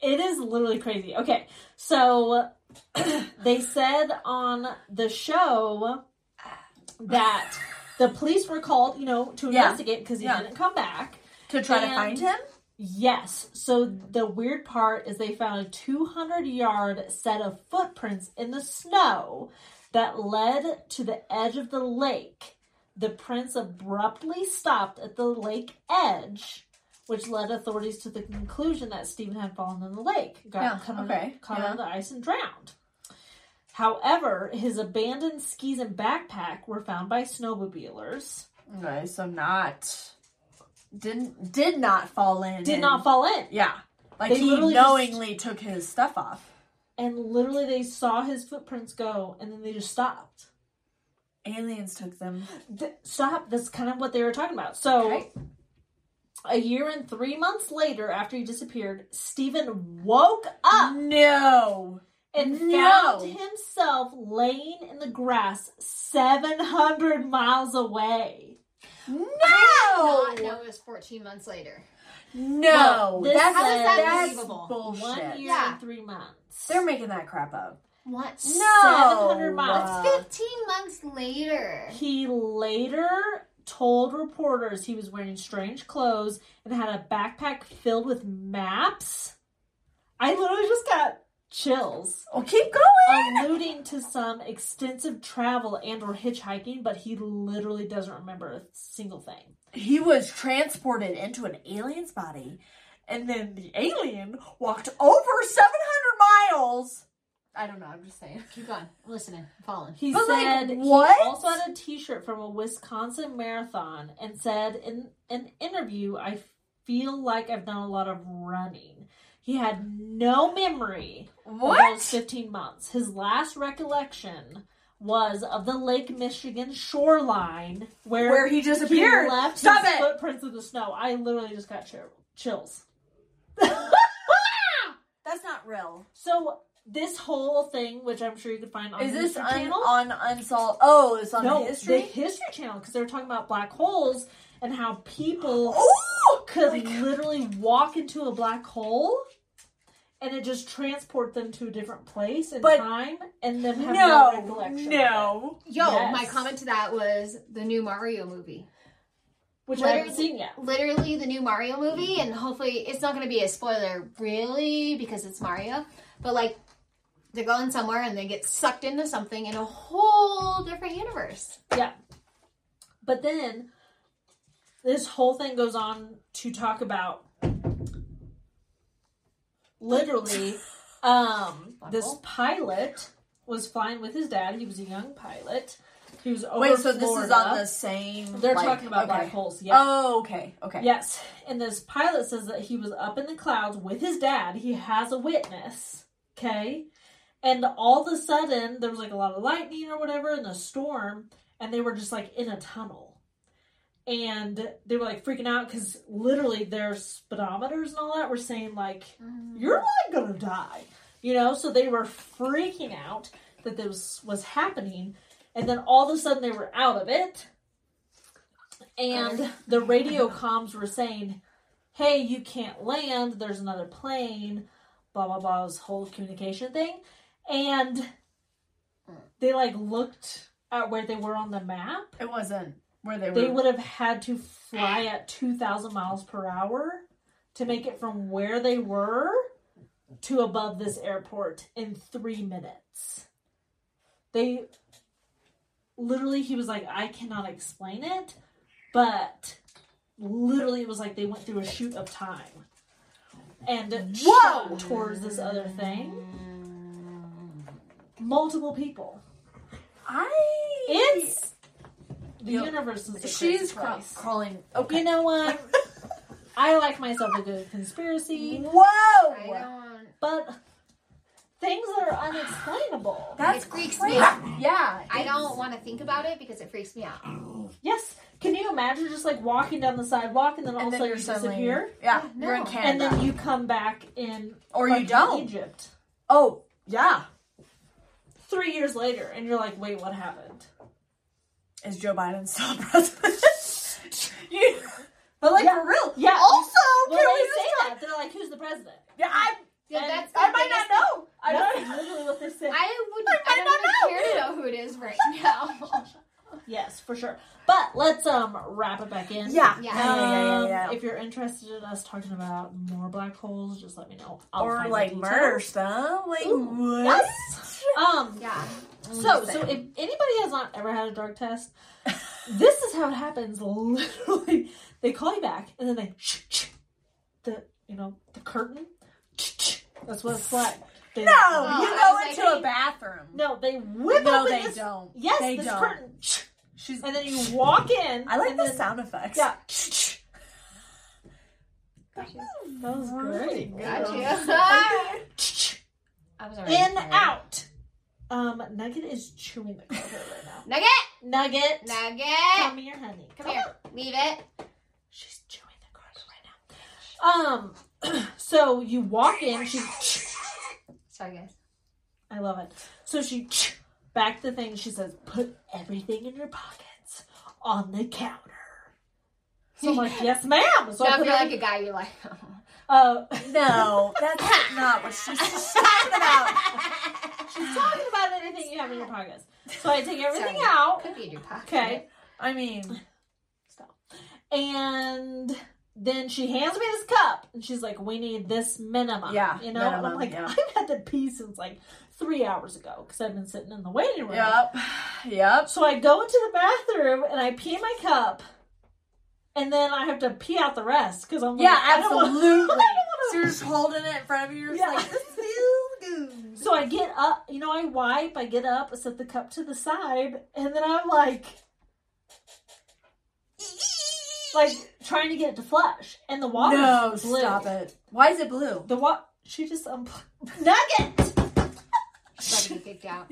Speaker 3: it is literally crazy. Okay, so (clears throat) they said on the show that the police were called, you know, to
Speaker 1: Yeah.
Speaker 3: investigate because he
Speaker 1: Yeah.
Speaker 3: didn't come back.
Speaker 1: To try to
Speaker 3: And-
Speaker 1: find him?
Speaker 3: Yes. So the weird part is they found a 200 yard set of footprints in the snow that led to the edge of the lake. The prints abruptly stopped at the lake edge, which led authorities to the conclusion that Stephen had fallen in the lake, got
Speaker 1: Yeah,
Speaker 3: caught, on-
Speaker 1: okay,
Speaker 3: caught
Speaker 1: yeah.
Speaker 3: on the ice, and drowned. However, his abandoned skis and backpack were found by snowmobilers.
Speaker 1: Okay, so not didn't did not fall in.
Speaker 3: Did
Speaker 1: and-
Speaker 3: not fall in.
Speaker 1: Yeah. Like
Speaker 3: They
Speaker 1: he
Speaker 3: literally
Speaker 1: knowingly took his stuff off.
Speaker 3: and literally they saw his footprints go and then they just stopped
Speaker 1: Aliens took them.
Speaker 3: Th- stop that's kind of what they were talking about so
Speaker 1: Okay.
Speaker 3: a year and three months later after he disappeared stephen woke up
Speaker 1: No.
Speaker 3: and
Speaker 1: no.
Speaker 3: found himself laying in the grass 700 miles away
Speaker 1: No.
Speaker 3: Oh.
Speaker 2: Not know it was 14 months later.
Speaker 1: No.
Speaker 3: Well, this
Speaker 1: that's,
Speaker 3: How is that
Speaker 1: that's
Speaker 2: believable?
Speaker 1: bullshit.
Speaker 3: one year
Speaker 2: Yeah.
Speaker 3: and three months
Speaker 1: They're making that crap up.
Speaker 2: What?
Speaker 1: No.
Speaker 3: 700 miles.
Speaker 2: That's 15 months later.
Speaker 3: Uh, He later told reporters he was wearing strange clothes and had a backpack filled with maps. I literally just got chills.
Speaker 1: Oh, keep going.
Speaker 3: Alluding to some extensive travel and or hitchhiking, but he literally doesn't remember a single thing.
Speaker 1: he was transported into an alien's body, and then the alien walked over 700 miles. I don't know. I'm just saying.
Speaker 2: Keep going. I'm listening. I'm following.
Speaker 3: He
Speaker 1: But, like,
Speaker 3: said
Speaker 1: what?
Speaker 3: he also had a T-shirt from a Wisconsin marathon and said in an interview, "I feel like I've done a lot of running." He had no memory of
Speaker 1: What?
Speaker 3: those 15 months. His last recollection was of the Lake Michigan shoreline where,
Speaker 1: where he
Speaker 3: he
Speaker 1: disappeared.
Speaker 3: left
Speaker 1: Stop
Speaker 3: his
Speaker 1: it!
Speaker 3: footprints in the snow. I literally just got chill- chills.
Speaker 1: real.
Speaker 3: So this whole thing, which I'm sure you could find on
Speaker 1: Is
Speaker 3: the
Speaker 1: this
Speaker 3: History
Speaker 1: un-
Speaker 3: Channel,
Speaker 1: on unsolved? Oh, it's on
Speaker 3: no,
Speaker 1: the history.
Speaker 3: the History Channel, because they were talking about black holes and how people
Speaker 1: (gasps) Oh,
Speaker 3: could
Speaker 1: my God.
Speaker 3: literally walk into a black hole and it just transport them to a different place and
Speaker 1: But-
Speaker 3: time and then have no,
Speaker 1: no,
Speaker 3: recollection. of it,
Speaker 1: no.
Speaker 2: Yo,
Speaker 3: Yes.
Speaker 2: my comment to that was the new Mario movie.
Speaker 3: which I haven't
Speaker 2: Literally-
Speaker 3: seen yet.
Speaker 2: Literally the new Mario movie, and hopefully it's not going to be a spoiler, really, because it's Mario. But like, they're going somewhere and they get sucked into something in a whole different universe.
Speaker 3: But then this whole thing goes on to talk about literally um this
Speaker 2: Butthole.
Speaker 3: pilot was flying with his dad. He was a young pilot. He was over
Speaker 1: Wait, so this is
Speaker 3: Florida.
Speaker 1: on the same.
Speaker 3: They're
Speaker 1: like-
Speaker 3: talking about
Speaker 1: okay.
Speaker 3: black holes. Yeah.
Speaker 1: Oh, okay, okay.
Speaker 3: Yes. And this pilot says that he was up in the clouds with his dad. He has a witness. Okay. And all of a sudden, there was like a lot of lightning or whatever in the storm, and they were just like in a tunnel. And they were like freaking out because literally their speedometers and all that were saying, like, you're like gonna die. You know, so they were freaking out that this was happening. And then all of a sudden they were out of it. And the radio comms were saying, hey, you can't land. There's another plane. Blah, blah, blah. This whole communication thing. And they like looked at where they were on the map.
Speaker 1: It wasn't where they were.
Speaker 3: They would have had to fly at 2,000 miles per hour to make it from where they were to above this airport in three minutes. They literally, he was like, I cannot explain it, but literally, it was like they went through a chute of time and shot towards this other thing. Multiple people.
Speaker 1: I.
Speaker 3: It's the
Speaker 1: Yep.
Speaker 3: universe is a
Speaker 1: She's
Speaker 3: crazy
Speaker 1: cra-
Speaker 3: place.
Speaker 1: crawling. Okay.
Speaker 3: You know what? I like myself a good conspiracy,
Speaker 2: I
Speaker 1: Whoa!
Speaker 2: don't.
Speaker 3: but things that are unexplainable.
Speaker 1: That's
Speaker 2: It freaks
Speaker 1: crazy.
Speaker 2: me out.
Speaker 1: Yeah.
Speaker 2: I don't want to think about it because it freaks me out.
Speaker 3: Yes. Can you imagine just like walking down the sidewalk and then all
Speaker 1: And
Speaker 3: of a
Speaker 1: then
Speaker 3: sudden
Speaker 1: you're
Speaker 3: you
Speaker 1: suddenly
Speaker 3: disappear?
Speaker 1: Yeah,
Speaker 2: Yeah,
Speaker 1: you're in
Speaker 2: no.
Speaker 1: Canada,
Speaker 3: Oh, And then you come back in
Speaker 1: or you
Speaker 3: fucking
Speaker 1: don't.
Speaker 3: Egypt
Speaker 1: Oh, yeah.
Speaker 3: three years later, and you're like, wait, what happened?
Speaker 1: Is Joe Biden still (laughs) president? (laughs) You- but like
Speaker 3: Yeah.
Speaker 1: for real.
Speaker 3: Yeah.
Speaker 1: Also,
Speaker 3: Well,
Speaker 1: can
Speaker 3: they
Speaker 1: we
Speaker 3: say
Speaker 1: just
Speaker 3: that they're like, who's the president?
Speaker 1: Yeah, I,
Speaker 2: Yeah,
Speaker 3: And
Speaker 2: that's the
Speaker 1: I might
Speaker 2: biggest
Speaker 1: not
Speaker 2: thing.
Speaker 1: know. I
Speaker 3: That's
Speaker 1: don't.
Speaker 3: literally what they said.
Speaker 2: I would.
Speaker 1: I might
Speaker 2: I don't
Speaker 1: not
Speaker 2: even
Speaker 1: know.
Speaker 2: care to know who it is right (laughs) now.
Speaker 3: Yes, for sure. But let's um wrap it back in.
Speaker 1: Yeah.
Speaker 2: Yeah.
Speaker 1: yeah, yeah, yeah.
Speaker 3: Um, if you're interested in us talking about more black holes, just let me know. I'll
Speaker 1: or
Speaker 3: find the
Speaker 1: like
Speaker 3: details.
Speaker 1: murder stuff. Like
Speaker 3: Ooh,
Speaker 1: what?
Speaker 3: yes.
Speaker 1: (laughs)
Speaker 3: Um.
Speaker 2: yeah.
Speaker 3: So, so if anybody has not ever had a drug
Speaker 1: (laughs)
Speaker 3: test, this is how it happens. Literally, they call you back and then they the you know the curtain. That's what it's like. They,
Speaker 1: No,
Speaker 2: Oh,
Speaker 1: you
Speaker 2: I
Speaker 1: go
Speaker 2: was
Speaker 1: into
Speaker 2: like,
Speaker 1: a bathroom.
Speaker 3: no, they whip
Speaker 1: No,
Speaker 3: open
Speaker 1: they
Speaker 3: this-
Speaker 1: don't.
Speaker 3: Yes,
Speaker 1: They
Speaker 3: this
Speaker 1: don't.
Speaker 3: curtain,
Speaker 1: She's.
Speaker 3: and then you walk in.
Speaker 1: I like
Speaker 3: and
Speaker 1: the
Speaker 3: then-
Speaker 1: sound effects.
Speaker 3: Yeah. That was great.
Speaker 2: Got you.
Speaker 1: (laughs)
Speaker 2: I was already
Speaker 3: (laughs) In
Speaker 2: tired.
Speaker 3: out. Um, Nugget is chewing the carpet right now.
Speaker 2: Nugget.
Speaker 3: Nugget,
Speaker 2: Nugget.
Speaker 3: come here, honey. Come,
Speaker 2: Come
Speaker 3: here.
Speaker 2: here. Leave it.
Speaker 3: She's chewing the carpet right now. Um, (clears throat) so you walk in. She, (clears throat)
Speaker 2: Sorry, guys.
Speaker 3: I love it. So she (clears throat) back the thing. She says, "Put everything in your pockets on the counter." So
Speaker 2: (laughs)
Speaker 3: I'm like, "Yes, ma'am." So
Speaker 2: So
Speaker 3: I
Speaker 2: if
Speaker 3: put
Speaker 2: you're like
Speaker 3: like,
Speaker 2: a guy, you're like, (laughs)
Speaker 3: uh,
Speaker 1: No, that's not what she's talking about. (laughs)
Speaker 3: she's talking about anything you have in your pockets. (laughs) So I take everything
Speaker 2: Sorry.
Speaker 3: out.
Speaker 2: could be in your pocket.
Speaker 3: Okay.
Speaker 1: I mean,
Speaker 3: and then she hands me this cup and she's like we need this minimum
Speaker 1: Yeah,
Speaker 3: you know and i'm
Speaker 1: minimum,
Speaker 3: like
Speaker 1: yeah.
Speaker 3: i've had the pee since like three hours ago because i've been sitting in the waiting room
Speaker 1: yep, yep.
Speaker 3: so i go into the bathroom and i pee in my cup and then i have to pee out the rest because i'm like,
Speaker 1: Yeah,
Speaker 3: I don't wanna-
Speaker 1: absolutely. (laughs) So
Speaker 3: (laughs) I don't wanna-
Speaker 1: you're just holding it in front of you. You're
Speaker 3: Yeah.
Speaker 1: just like, dude.
Speaker 3: so i get up you know i wipe i get up i set the cup to the side and then i'm like (laughs) like trying to get it to flush and the water
Speaker 1: No,
Speaker 3: blue.
Speaker 1: stop it. Why is it blue?
Speaker 3: The what? She just unplugged. (laughs) Nugget!
Speaker 2: She's about to get
Speaker 1: (laughs)
Speaker 2: kicked out.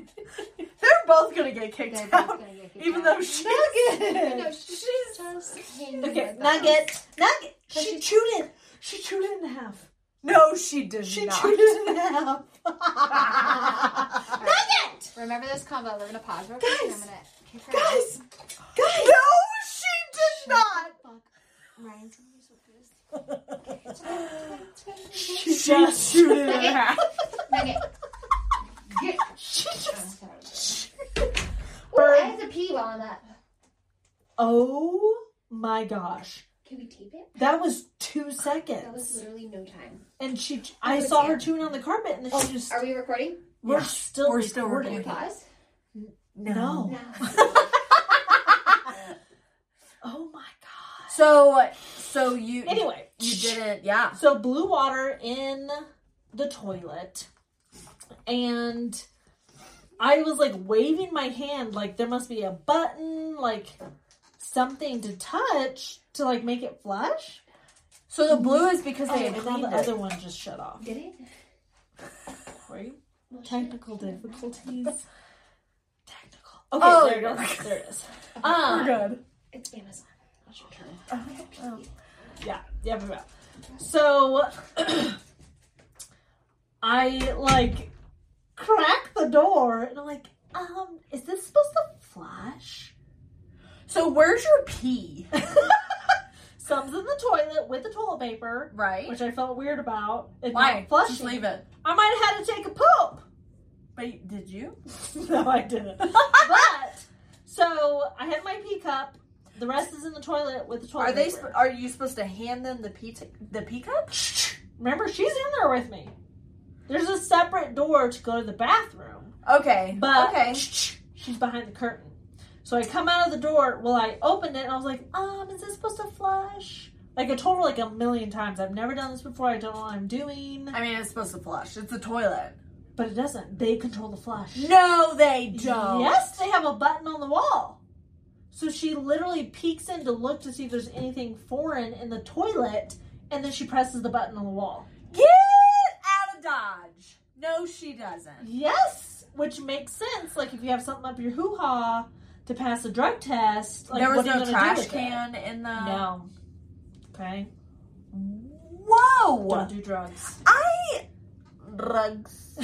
Speaker 1: They're both gonna get kicked
Speaker 2: They're both
Speaker 1: out,
Speaker 2: gonna get kicked
Speaker 1: even
Speaker 2: out.
Speaker 1: though she's
Speaker 2: No,
Speaker 1: nugget.
Speaker 2: she's
Speaker 1: She's
Speaker 2: just hanging
Speaker 3: Okay,
Speaker 2: about.
Speaker 3: nugget! Nugget!
Speaker 2: But
Speaker 3: She
Speaker 2: she-
Speaker 3: chewed it! She chewed it in half.
Speaker 1: (laughs) No, she did
Speaker 3: She
Speaker 1: not.
Speaker 3: chewed it in half.
Speaker 1: Nugget!
Speaker 2: Remember this combo. We're gonna pause real quick. and I'm
Speaker 1: Guys!
Speaker 2: gonna kick her out.
Speaker 1: Guys! Guys! No, she did not!
Speaker 2: Fuck. Ryan's gonna be so pissed.
Speaker 3: she just chewed it in half.
Speaker 2: Nugget, get.
Speaker 3: She just.
Speaker 2: Ooh, I have to pee while I'm up.
Speaker 3: Oh my gosh.
Speaker 2: Can we tape it?
Speaker 3: That was two
Speaker 2: That was
Speaker 3: seconds.
Speaker 2: literally no time.
Speaker 3: And she, I
Speaker 2: was
Speaker 3: saw
Speaker 2: here.
Speaker 3: her chewing on the carpet and then she just.
Speaker 2: Are we recording?
Speaker 3: We're
Speaker 1: Yeah.
Speaker 3: still
Speaker 1: We're still
Speaker 2: Can we
Speaker 1: Okay.
Speaker 2: pause?
Speaker 1: (laughs)
Speaker 3: No.
Speaker 2: No.
Speaker 3: Oh my god.
Speaker 1: So, so you
Speaker 3: Anyway,
Speaker 1: you didn't, yeah.
Speaker 3: So blue water in the toilet, and I was like waving my hand, like there must be a button, like something to touch to like make it flush.
Speaker 1: So the blue is because
Speaker 3: Oh,
Speaker 1: they had
Speaker 3: and now
Speaker 1: cleaned
Speaker 3: the
Speaker 1: it.
Speaker 3: other one just shut off.
Speaker 2: Did it?
Speaker 3: Right?
Speaker 2: Well, shit.
Speaker 3: Technical difficulties. Technical. Okay,
Speaker 1: Oh,
Speaker 3: there it is. There it is. Um,
Speaker 1: good.
Speaker 2: It's Amazon. It's your turn.
Speaker 3: Yeah, yeah, yeah. So (clears throat) I like crack the door and I'm like, um, is this supposed to flush?
Speaker 1: So where's your pee?
Speaker 3: Some's in the toilet with the toilet paper,
Speaker 1: Right?
Speaker 3: which I felt weird about. And
Speaker 1: Why?
Speaker 3: Not flushing.
Speaker 1: Just leave it.
Speaker 3: I might have had to take a poop. (laughs)
Speaker 1: Wait, did you?
Speaker 3: no,
Speaker 1: (laughs)
Speaker 3: I didn't. but so I had my pee cup. The rest is in the toilet with the toilet
Speaker 1: Are they?
Speaker 3: paper.
Speaker 1: Sp- are you supposed to hand them the pee t- the pee cup?
Speaker 3: Remember, she's in there with me. There's a separate door to go to the bathroom.
Speaker 1: Okay.
Speaker 3: But
Speaker 1: okay.
Speaker 3: she's behind the curtain. So I come out of the door. Well, I opened it and I was like, um, is this supposed to flush? Like a total like a million times. I've never done this before. I don't know what I'm doing.
Speaker 1: I mean, it's supposed to flush. It's a toilet.
Speaker 3: But it doesn't. They control the flush.
Speaker 1: No, they don't.
Speaker 3: Yes, they have a button on the wall. So she literally peeks in to look to see if there's anything foreign in the toilet, and then she presses the button on the wall.
Speaker 1: Get out of Dodge. No, she doesn't.
Speaker 3: Yes, which makes sense. Like if you have something up your hoo ha to pass a drug test, like
Speaker 1: there was
Speaker 3: what are
Speaker 1: no
Speaker 3: you gonna do
Speaker 1: trash
Speaker 3: with it?
Speaker 1: can in the.
Speaker 3: No. Okay.
Speaker 1: Whoa.
Speaker 3: Don't do drugs.
Speaker 1: I
Speaker 3: (laughs)
Speaker 1: drugs.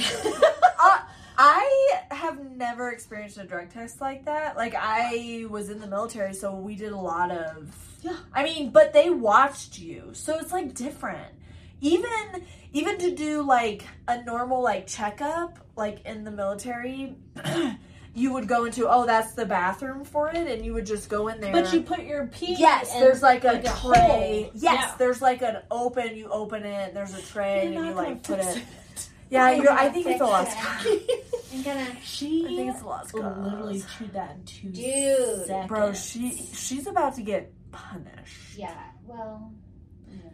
Speaker 1: uh, I have never experienced a drug test like that. Like I was in the military, so we did a lot of.
Speaker 3: Yeah.
Speaker 1: I mean, but they watched you, so it's like different. Even even to do like a normal like checkup, like in the military. (clears throat) You would go into oh that's the bathroom for it and you would just go in there.
Speaker 3: But you put your pee.
Speaker 1: yes,
Speaker 3: in-
Speaker 1: there's like a
Speaker 3: like a
Speaker 1: tray.
Speaker 3: hole.
Speaker 1: yes,
Speaker 3: Yeah.
Speaker 1: there's like an open. You open it. There's a tray
Speaker 3: You're
Speaker 1: and you
Speaker 3: not gonna
Speaker 1: like put
Speaker 3: fix
Speaker 1: it. Yeah, you
Speaker 2: I'm
Speaker 1: I
Speaker 2: gonna
Speaker 1: think it's
Speaker 2: fix
Speaker 1: a lost.
Speaker 2: that.
Speaker 1: cause.
Speaker 3: (laughs)
Speaker 2: I'm gonna.
Speaker 3: She
Speaker 1: I think it's a lost. cause.
Speaker 3: literally chewed that in two
Speaker 2: Dude.
Speaker 3: seconds.
Speaker 1: bro, she she's about to get punished.
Speaker 2: Yeah. Well.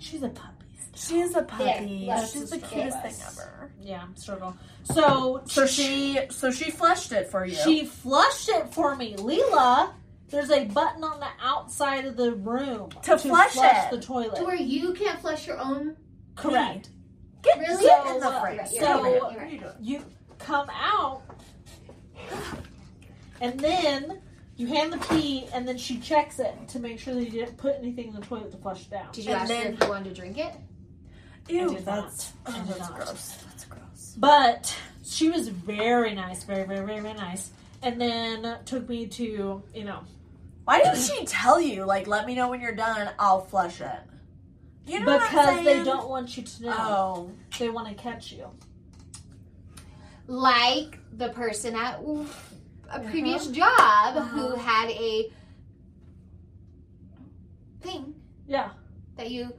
Speaker 3: she's a puppy.
Speaker 1: She is a puppy.
Speaker 2: There, let's
Speaker 1: she's the
Speaker 2: just
Speaker 1: cutest
Speaker 2: get
Speaker 1: thing
Speaker 2: us.
Speaker 1: ever.
Speaker 3: Yeah, struggle. So
Speaker 1: So she so she flushed it for you.
Speaker 3: she flushed it for me, Leela. There's a button on the outside of the room
Speaker 1: To flush it.
Speaker 3: the toilet.
Speaker 2: To where you can't flush your own.
Speaker 3: Correct.
Speaker 1: get
Speaker 2: Really? Oh,
Speaker 1: get in
Speaker 3: So,
Speaker 1: the
Speaker 3: uh,
Speaker 1: fridge.
Speaker 2: right,
Speaker 1: Get
Speaker 3: so-
Speaker 1: over here.
Speaker 3: What
Speaker 1: What are you doing?
Speaker 3: You come out, and then you hand the pee, and then she checks it to make sure that you didn't put anything in the toilet to flush it down.
Speaker 2: Did you
Speaker 1: And
Speaker 2: ask her
Speaker 1: then-
Speaker 2: if you wanted to drink it?
Speaker 3: I
Speaker 1: Ew,
Speaker 3: did
Speaker 1: that's
Speaker 3: not. I
Speaker 1: oh,
Speaker 3: did
Speaker 1: that's
Speaker 3: not.
Speaker 1: gross. That's gross.
Speaker 3: But she was very nice, very, very, very, very nice. And then took me to, you know,
Speaker 1: Why didn't she tell you like let me know when you're done? I'll flush it. You know
Speaker 3: because
Speaker 1: what I'm
Speaker 3: they
Speaker 1: saying?
Speaker 3: don't want you to know.
Speaker 1: Oh,
Speaker 3: They want to catch you.
Speaker 2: Like the person at a
Speaker 1: Uh-huh.
Speaker 2: previous job who had a thing
Speaker 3: Yeah.
Speaker 2: that you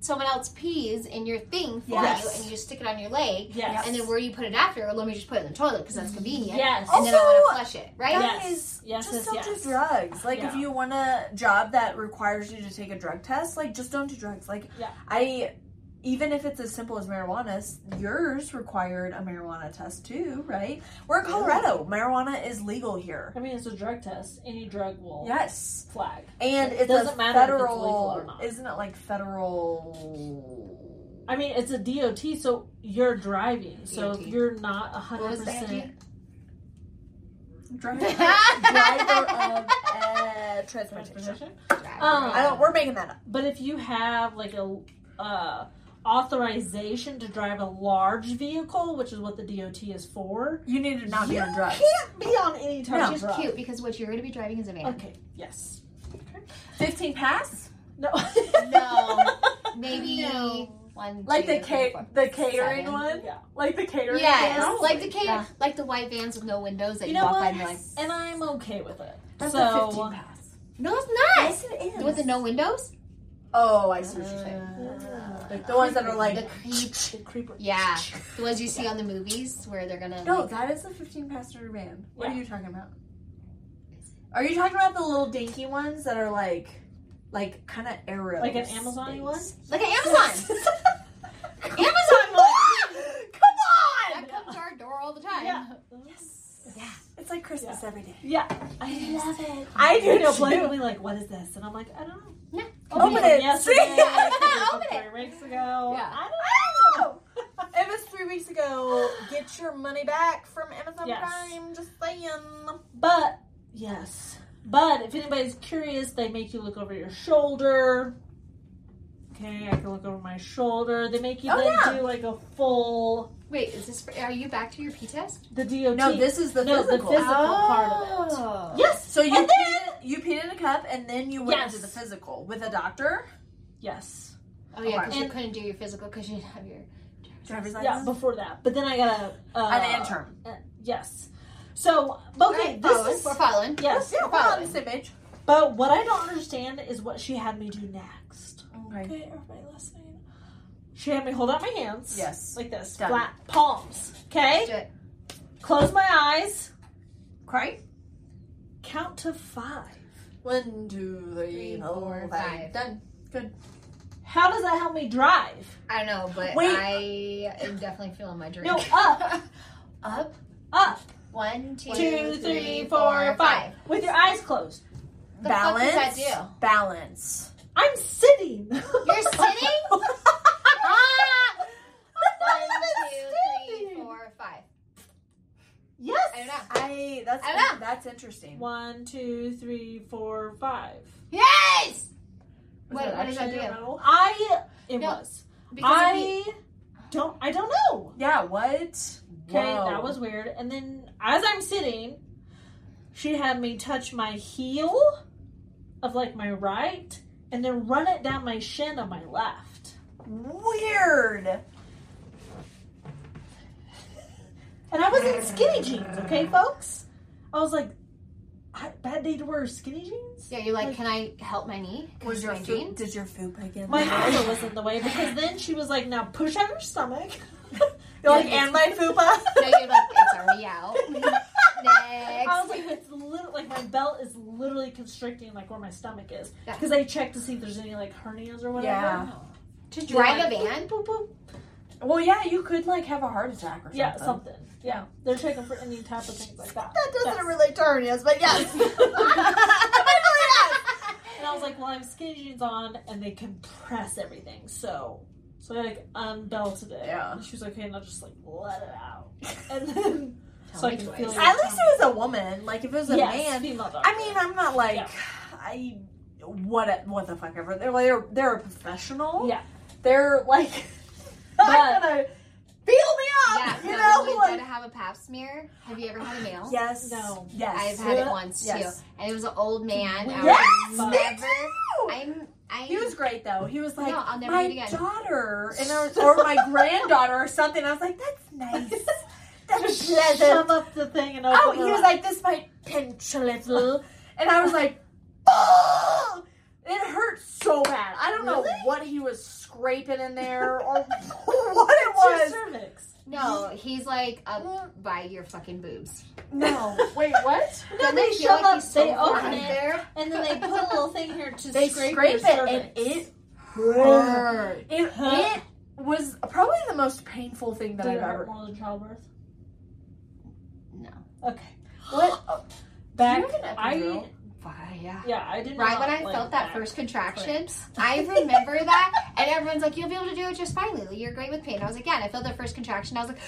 Speaker 2: someone else pees in your thing for you,
Speaker 1: Yes.
Speaker 2: and you just stick it on your leg.
Speaker 3: Yes.
Speaker 2: And then where you put it after, let me just put it in the toilet because that's
Speaker 1: Mm-hmm.
Speaker 2: convenient.
Speaker 3: Yes.
Speaker 2: And then I
Speaker 1: Also-
Speaker 2: want to flush it, right?
Speaker 3: Yes.
Speaker 1: guys,
Speaker 3: Yes,
Speaker 1: just
Speaker 3: yes,
Speaker 1: don't
Speaker 3: yes.
Speaker 1: do drugs. Like if
Speaker 3: Yeah.
Speaker 1: you want a job that requires you to take a drug test, like just don't do drugs. Like
Speaker 3: Yeah.
Speaker 1: I, even if it's as simple as marijuana, s- yours required a marijuana test too, right? We're in Colorado. Marijuana is legal here.
Speaker 3: I mean, it's a drug test. Any drug will
Speaker 1: Yes,
Speaker 3: flag.
Speaker 1: and
Speaker 3: It
Speaker 1: it's
Speaker 3: doesn't
Speaker 1: a
Speaker 3: matter if it's
Speaker 1: federal.
Speaker 3: legal or not.
Speaker 1: Isn't it like federal?
Speaker 3: I mean, it's a DOT, so you're driving. So if
Speaker 2: DOT.
Speaker 3: you're not
Speaker 2: What was that?
Speaker 3: 100%.
Speaker 1: (laughs) Driver, driver of uh, transportation.
Speaker 3: Transportation.
Speaker 2: Drive
Speaker 3: Um,
Speaker 2: around.
Speaker 1: I don't. We're making that up.
Speaker 3: But if you have like a uh, authorization to drive a large vehicle, which is what the DOT is for.
Speaker 1: You need to not be on (laughs) drugs.
Speaker 3: Can't be on any type
Speaker 1: No.
Speaker 3: of
Speaker 2: Which is
Speaker 3: drug.
Speaker 2: cute because what you're going to be driving is a van.
Speaker 3: Okay. Yes.
Speaker 1: 15 pass?
Speaker 3: No.
Speaker 2: No. Maybe one,
Speaker 1: Like the
Speaker 2: two, three,
Speaker 1: ca-
Speaker 2: four,
Speaker 1: the catering
Speaker 2: seven.
Speaker 1: one?
Speaker 3: (laughs) Yeah.
Speaker 1: Like the catering
Speaker 2: Yes,
Speaker 1: one?
Speaker 2: like the cater-
Speaker 1: Yeah.
Speaker 2: like the white vans with no windows that
Speaker 3: You
Speaker 2: you,
Speaker 3: know
Speaker 2: walk
Speaker 3: what?
Speaker 2: by and you're like,
Speaker 3: And I'm okay with it.
Speaker 1: That's
Speaker 3: so,
Speaker 1: a 15 (laughs) pass.
Speaker 2: no, it's
Speaker 1: it
Speaker 2: not. With the no windows,
Speaker 1: Oh, I see what you're saying.
Speaker 3: uh,
Speaker 1: Like the ones that are
Speaker 2: the
Speaker 1: like,
Speaker 2: creep.
Speaker 3: the creeper.
Speaker 2: Yeah, the ones you see on the movies where they're gonna.
Speaker 1: no,
Speaker 2: like,
Speaker 1: that is the 15 passenger van. What are
Speaker 3: Yeah.
Speaker 1: you talking about? Are you talking about the little dinky ones that are like, like kind of arrows?
Speaker 3: Like an Amazon one?
Speaker 2: like an Amazon.
Speaker 1: (laughs) Amazon one! Come on!
Speaker 2: that comes to our door all the time.
Speaker 3: Yeah.
Speaker 1: Yes.
Speaker 2: Yeah.
Speaker 1: It's like Christmas every day.
Speaker 3: Yeah.
Speaker 2: I love it.
Speaker 1: I
Speaker 3: You know,
Speaker 1: too.
Speaker 3: blatantly like, what is this? And I'm like, I don't know.
Speaker 1: (laughs) Open
Speaker 3: From
Speaker 1: it.
Speaker 3: Yesterday,
Speaker 1: See?
Speaker 3: from
Speaker 2: Open it.
Speaker 3: Three weeks ago.
Speaker 2: Yeah.
Speaker 3: I
Speaker 1: (laughs) I don't know. If it's three weeks ago, get your money back from Amazon
Speaker 3: Yes.
Speaker 1: Prime. Just saying.
Speaker 3: But yes. But if anybody's curious, they make you look over your shoulder. Okay, I can look over my shoulder. They make you
Speaker 1: Oh,
Speaker 3: then
Speaker 1: yeah.
Speaker 3: do like a full
Speaker 2: Wait, is this? For, are you back to your P test?
Speaker 3: the DOT.
Speaker 1: No, this is the
Speaker 3: No, the
Speaker 1: physical.
Speaker 3: physical part of it.
Speaker 2: Oh.
Speaker 1: Yes. So you
Speaker 3: And
Speaker 1: peed, you peed in a cup, and then you went
Speaker 3: Yes.
Speaker 1: to the physical with a doctor.
Speaker 3: Yes.
Speaker 2: Oh yeah, because you
Speaker 3: And-
Speaker 2: couldn't do your physical because you didn't have your.
Speaker 1: Driver's
Speaker 3: Yeah,
Speaker 1: license.
Speaker 3: before that. But then I got a uh,
Speaker 1: An intern. Oh,
Speaker 3: uh, yes. So but okay,
Speaker 2: Alright, following.
Speaker 3: this
Speaker 2: We're
Speaker 3: is
Speaker 2: following.
Speaker 3: yes.
Speaker 1: Yeah, we're on the same page.
Speaker 3: But what I don't understand is what she had me do next.
Speaker 1: Okay.
Speaker 3: Okay, everybody listening. She had me hold out my hands.
Speaker 1: Yes.
Speaker 3: Like this.
Speaker 1: Done.
Speaker 3: Flat palms. Okay?
Speaker 2: Do it.
Speaker 3: Close my eyes.
Speaker 1: Cry.
Speaker 3: Count to five.
Speaker 1: One, two,
Speaker 2: Three,
Speaker 1: three,
Speaker 2: four,
Speaker 1: four, five.
Speaker 2: five.
Speaker 1: Done.
Speaker 3: How does that help me drive?
Speaker 2: I don't know, but
Speaker 1: Wait.
Speaker 2: I am definitely feeling my (laughs) drink.
Speaker 3: No, up.
Speaker 2: up.
Speaker 3: Up.
Speaker 2: One, two,
Speaker 3: Two,
Speaker 2: three, four, five.
Speaker 3: With your eyes closed.
Speaker 2: The fuck does that do?
Speaker 1: Balance.
Speaker 3: I'm sitting. (laughs)
Speaker 2: You're sitting? Ah! One, two, three,
Speaker 1: Standing.
Speaker 2: four, five.
Speaker 1: Yes.
Speaker 2: I don't know.
Speaker 1: I that's
Speaker 2: I don't know.
Speaker 1: that's interesting.
Speaker 3: One, two,
Speaker 2: (laughs)
Speaker 3: three, four, five.
Speaker 1: Was
Speaker 2: Yes! What,
Speaker 1: that
Speaker 2: what does that
Speaker 3: Actually, I
Speaker 2: do?
Speaker 3: don't know. I it
Speaker 2: No,
Speaker 3: was.
Speaker 2: Because if you-
Speaker 3: I don't I don't know.
Speaker 1: Yeah. What?
Speaker 3: Okay,
Speaker 1: Whoa.
Speaker 3: that was weird. And then as I'm sitting, she had me touch my heel of like my right and then run it down my shin on my left.
Speaker 1: weird.
Speaker 3: And I was in skinny jeans, okay, folks? I was like, I, bad day to wear skinny jeans?
Speaker 2: yeah, you're like, can I help my knee? Can
Speaker 1: Was
Speaker 2: I
Speaker 1: your
Speaker 2: my
Speaker 1: food?
Speaker 2: jeans?
Speaker 1: Did your food break in? (laughs)
Speaker 3: My
Speaker 1: the-
Speaker 3: elbow was in the way because then she was like, now push out your stomach. (laughs)
Speaker 1: You're like, and my fupa.
Speaker 2: No, you're like, it's
Speaker 1: (laughs)
Speaker 2: already out.
Speaker 3: (laughs)
Speaker 2: Next.
Speaker 3: I was like, it's literally like my belt is literally constricting like where my stomach is
Speaker 2: Yeah.
Speaker 3: because I check to see if there's any like hernias or whatever.
Speaker 1: Yeah.
Speaker 3: To
Speaker 2: Drive a
Speaker 1: (laughs)
Speaker 2: van?
Speaker 3: Boop, boop,
Speaker 1: Well, yeah, you could like have a heart attack or something.
Speaker 3: Yeah, something. Yeah, they're checking for any type of things like that.
Speaker 1: That doesn't
Speaker 3: Yes.
Speaker 1: relate to hernias, but yes. I
Speaker 3: And I was like, well, I'm skinny jeans on, and they compress everything. So, so I like unbelted it.
Speaker 1: Yeah.
Speaker 3: And she was like, okay, now just like let it
Speaker 1: (laughs)
Speaker 3: out. And then so I
Speaker 2: me
Speaker 3: could
Speaker 2: twice.
Speaker 3: feel.
Speaker 1: believe that. At least it was a woman. Like if it was a man,
Speaker 3: female dog.
Speaker 1: I mean, I'm not like
Speaker 3: Yeah.
Speaker 1: I what what the fuck ever. They're like they're, they're a professional.
Speaker 3: Yeah.
Speaker 1: They're like (laughs)
Speaker 3: (laughs)
Speaker 1: not gonna feel me up.
Speaker 2: yeah,
Speaker 1: you
Speaker 2: no,
Speaker 1: know,
Speaker 2: you
Speaker 1: like
Speaker 2: gotta have a pap smear. Have you ever had a male?
Speaker 1: yes,
Speaker 3: No.
Speaker 1: yes.
Speaker 2: I've had it once
Speaker 1: Yes.
Speaker 2: too. And it was an old man. I
Speaker 1: Yes,
Speaker 2: was
Speaker 1: me
Speaker 2: never-
Speaker 1: too.
Speaker 2: I'm I
Speaker 1: he was great though. He was like
Speaker 2: No, I'll never
Speaker 1: my
Speaker 2: do it again."
Speaker 1: daughter and I was, or
Speaker 2: (laughs)
Speaker 1: my granddaughter or something. I was like, that's nice. (laughs) That's
Speaker 3: just
Speaker 1: pleasant.
Speaker 3: shove up the thing and open
Speaker 1: Oh,
Speaker 3: it
Speaker 1: he was
Speaker 3: up.
Speaker 1: like, this might pinch a little, and I was like, oh, it hurt so bad. I don't know
Speaker 2: Really?
Speaker 1: what he was scraping in
Speaker 2: (laughs)
Speaker 1: there or what it was.
Speaker 3: It's your cervix.
Speaker 2: No, he's like up by your fucking boobs.
Speaker 1: No, wait, what?
Speaker 3: No,
Speaker 2: Doesn't it
Speaker 3: they
Speaker 2: feel
Speaker 3: shove
Speaker 2: like
Speaker 3: up,
Speaker 2: he's so
Speaker 3: they
Speaker 2: far
Speaker 3: open
Speaker 2: up
Speaker 3: it,
Speaker 2: there?
Speaker 3: and then they put a little thing here to
Speaker 1: They
Speaker 3: scrape,
Speaker 1: scrape,
Speaker 3: your
Speaker 1: it, and
Speaker 3: cervix.
Speaker 1: it hurt.
Speaker 2: Hurt.
Speaker 1: It,
Speaker 3: Huh?
Speaker 1: it was probably the most painful thing that
Speaker 3: Did
Speaker 1: I've
Speaker 3: it hurt
Speaker 1: ever.
Speaker 3: more than childbirth?
Speaker 2: No.
Speaker 3: Okay. (gasps) What? Back.
Speaker 1: Do you have an
Speaker 3: I.
Speaker 1: epidural?
Speaker 2: Why, yeah.
Speaker 3: Yeah, I didn't.
Speaker 2: Right when I felt that first contraction, I remember that, and everyone's like, "You'll be able to do it just fine, Lily. You're great with pain." I was like, "Yeah." And I felt that first contraction. I was like,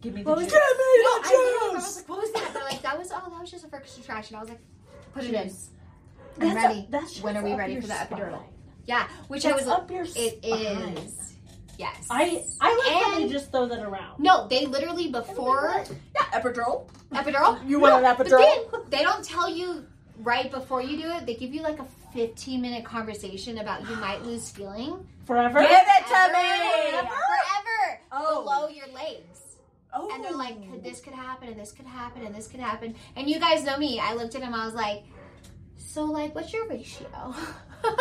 Speaker 3: Give me the
Speaker 1: What was
Speaker 3: juice.
Speaker 2: "I,
Speaker 1: that?
Speaker 2: literally- I was like, what was that?" They're like, "That was oh, that was just a first contraction." I was like, "Put it in."
Speaker 3: That's
Speaker 2: I'm ready.
Speaker 3: that's
Speaker 2: When are
Speaker 3: just
Speaker 2: we
Speaker 3: up
Speaker 2: ready
Speaker 3: your
Speaker 2: for the epidural?
Speaker 3: spine.
Speaker 2: Yeah, which I
Speaker 3: That's
Speaker 2: was.
Speaker 3: up your
Speaker 2: It
Speaker 3: spine.
Speaker 2: is. Yes.
Speaker 3: I I like how they
Speaker 2: And-
Speaker 3: just throw that around.
Speaker 2: no, they literally before
Speaker 1: Yeah, epidural.
Speaker 2: epidural.
Speaker 1: You want an
Speaker 2: But
Speaker 1: epidural?
Speaker 2: then they don't tell you right before you do it. They give you like a 15 minute conversation about you might lose feeling
Speaker 3: Forever.
Speaker 1: Give it to
Speaker 2: Forever.
Speaker 1: me.
Speaker 2: forever
Speaker 1: Oh.
Speaker 2: below your legs.
Speaker 1: Oh.
Speaker 2: and they're like, could this could happen, and this could happen, and this could happen. And you guys know me. I looked at him. I was like, so like, what's
Speaker 1: (laughs)
Speaker 2: your ratio?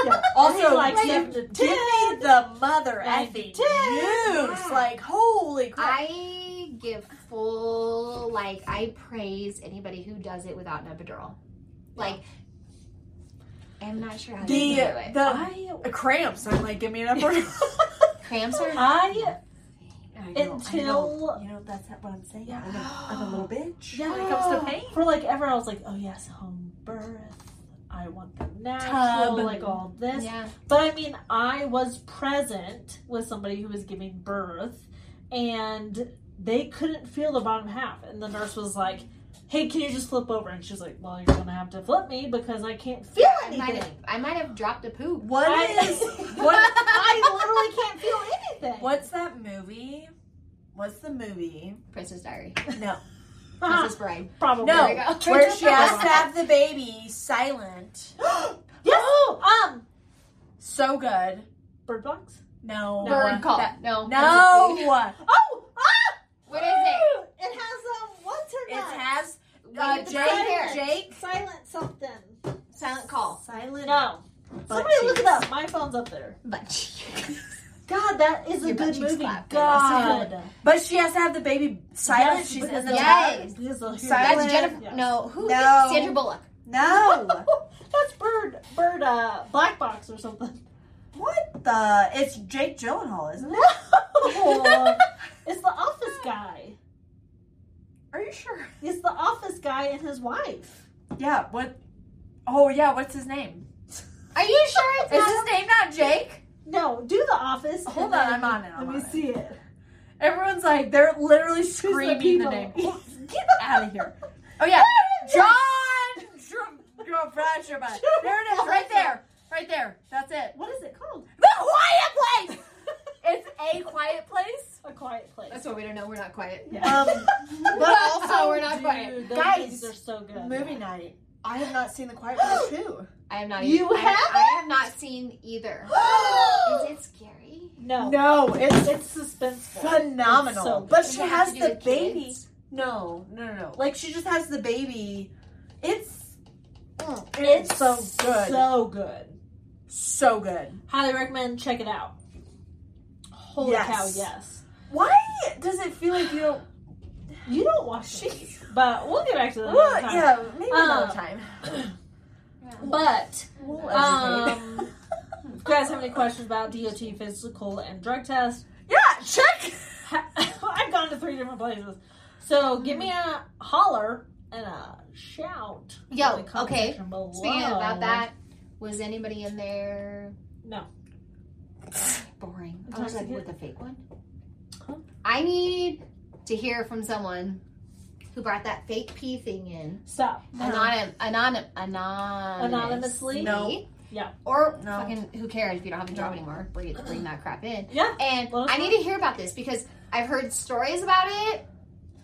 Speaker 3: Yeah.
Speaker 1: Also,
Speaker 3: like,
Speaker 1: like,
Speaker 3: give
Speaker 1: give,
Speaker 3: the
Speaker 1: give me the mother
Speaker 3: Like
Speaker 1: at
Speaker 3: the
Speaker 1: the juice.
Speaker 3: tits.
Speaker 1: Like, holy crap.
Speaker 2: I give full like I praise anybody who does it without an epidural. Like, I'm not sure how
Speaker 1: the
Speaker 2: you do it.
Speaker 1: the
Speaker 3: I
Speaker 1: cramps. I'm like, give me (laughs) an epidural.
Speaker 2: Cramps are
Speaker 3: I
Speaker 1: I
Speaker 3: know, I know.
Speaker 1: you know that's not what I'm saying. I'm a, I'm a little bitch.
Speaker 3: yeah.
Speaker 1: When it comes to pain.
Speaker 3: For like ever, I was like, oh yes, home birth. I want the
Speaker 1: Tub.
Speaker 3: natural, like all this.
Speaker 2: yeah.
Speaker 3: But I mean, I was present with somebody who was giving birth, and they couldn't feel the bottom half. And the nurse was like, "Hey, can you just flip over?" And she's like, "Well, you're gonna have to flip me because I can't feel
Speaker 2: I might
Speaker 3: anything.
Speaker 2: have I might have dropped a poop.
Speaker 1: What
Speaker 3: I-
Speaker 1: is what?
Speaker 3: I literally can't feel anything."
Speaker 1: What's that movie? What's the movie?
Speaker 2: Princess Diary.
Speaker 1: No,
Speaker 2: Princess Bride.
Speaker 3: Probably.
Speaker 1: No.
Speaker 2: (gasps) There we go.
Speaker 1: Ah. where she has to
Speaker 2: (laughs)
Speaker 1: have the baby silent.
Speaker 3: Yes. Um.
Speaker 1: So good.
Speaker 3: Bird box.
Speaker 1: No. Uh,
Speaker 2: Bird call.
Speaker 1: That-
Speaker 2: no. Princess
Speaker 1: no.
Speaker 3: Oh. Ah!
Speaker 2: What is it?
Speaker 3: It has um. What's her
Speaker 1: It has
Speaker 2: Wait,
Speaker 1: uh,
Speaker 2: it's right here.
Speaker 1: Jake. Jake.
Speaker 3: Silent something.
Speaker 2: Silent call.
Speaker 1: Silent.
Speaker 3: No.
Speaker 1: butt
Speaker 3: Somebody look it
Speaker 1: cheeks.
Speaker 3: up. My phone's up there.
Speaker 2: But
Speaker 3: God, that is a
Speaker 2: Your butt
Speaker 3: good
Speaker 2: cheeks
Speaker 3: movie.
Speaker 2: clapped.
Speaker 3: God.
Speaker 1: But she has to have the baby silent.
Speaker 3: Yes,
Speaker 1: She's
Speaker 3: because
Speaker 1: in the
Speaker 3: that's-
Speaker 2: Yes.
Speaker 1: tub.
Speaker 3: because they'll hear
Speaker 1: Silent.
Speaker 2: that's Jennifer.
Speaker 3: Yeah.
Speaker 2: No, who? is
Speaker 1: No.
Speaker 2: it? Sandra Bullock.
Speaker 1: No.
Speaker 3: (laughs) That's bird, bird, uh, black box or something.
Speaker 1: what the? It's Jake Gyllenhaal, isn't it? (laughs)
Speaker 3: No, it's the office guy.
Speaker 1: Are you sure?
Speaker 3: It's the office guy and his wife.
Speaker 1: Yeah. What? Oh yeah. What's his name?
Speaker 2: Are you sure it's
Speaker 1: Is
Speaker 2: not?
Speaker 1: his name not Jake?
Speaker 3: No, do the office. and
Speaker 1: Hold on,
Speaker 3: then
Speaker 1: I'm on it, I'm
Speaker 3: let
Speaker 1: on
Speaker 3: me
Speaker 1: it.
Speaker 3: see it.
Speaker 1: Everyone's like they're literally
Speaker 3: Who's
Speaker 1: screaming the,
Speaker 3: people?
Speaker 1: name.
Speaker 3: (laughs)
Speaker 1: Get out of here. Oh yeah, John. Tra- Tra- Trachtenberg. There it is, right there, right there. That's it.
Speaker 3: What is it called?
Speaker 1: The quiet place. (laughs) It's a quiet place.
Speaker 3: A quiet place.
Speaker 1: (laughs)
Speaker 2: That's what we don't know. We're not quiet.
Speaker 1: Um,
Speaker 2: But also, we're not
Speaker 3: Dude,
Speaker 2: quiet.
Speaker 3: those
Speaker 1: Guys,
Speaker 3: movies are so good.
Speaker 1: night. I have not seen the quiet (gasps) place too.
Speaker 2: I have not.
Speaker 3: You
Speaker 2: I,
Speaker 3: haven't?
Speaker 2: I have not seen
Speaker 1: (gasps)
Speaker 2: either. is it scary?
Speaker 3: No,
Speaker 1: No, it's
Speaker 3: it's suspenseful.
Speaker 1: phenomenal.
Speaker 3: So good.
Speaker 1: but
Speaker 2: Does
Speaker 1: she
Speaker 2: it
Speaker 1: has
Speaker 2: have to do
Speaker 1: the
Speaker 2: with
Speaker 1: baby.
Speaker 2: kids?
Speaker 1: No, no, no, no. Like she just has the baby. It's
Speaker 2: Mm.
Speaker 1: it's so good, so,
Speaker 3: So good.
Speaker 1: good.
Speaker 3: Highly recommend. Check it out. Holy
Speaker 1: Yes.
Speaker 3: cow! Yes.
Speaker 1: Why does it feel like you don't?
Speaker 3: You don't watch it,
Speaker 1: She,
Speaker 3: but we'll get back to that. another
Speaker 1: well,
Speaker 3: time.
Speaker 1: yeah, maybe
Speaker 3: Um,
Speaker 1: another time.
Speaker 3: But
Speaker 1: We'll
Speaker 3: um,
Speaker 1: (laughs) educate.
Speaker 3: if you guys have any questions about DOT physical and drug test?
Speaker 1: yeah, check.
Speaker 3: ha- (laughs) I've gone to three different places, so give me a holler and a shout. in
Speaker 2: Yo,
Speaker 3: the comment
Speaker 2: okay.
Speaker 3: section below.
Speaker 2: Speaking about that, was anybody in there
Speaker 3: no,
Speaker 2: boring? I
Speaker 3: Intoxicated?
Speaker 2: was like with the fake one. I need to hear from someone who brought that fake pee thing in
Speaker 3: stop.
Speaker 2: Uh-huh. anonym, anonym, anonymous,
Speaker 3: Anonymously?
Speaker 1: No.
Speaker 3: Yeah.
Speaker 2: or
Speaker 1: No.
Speaker 2: fucking who cares if you don't have a job anymore?
Speaker 3: (clears throat)
Speaker 2: Bring, bring that crap in.
Speaker 3: Yeah,
Speaker 2: And
Speaker 3: Well,
Speaker 2: I need to hear about this because I've heard stories about it.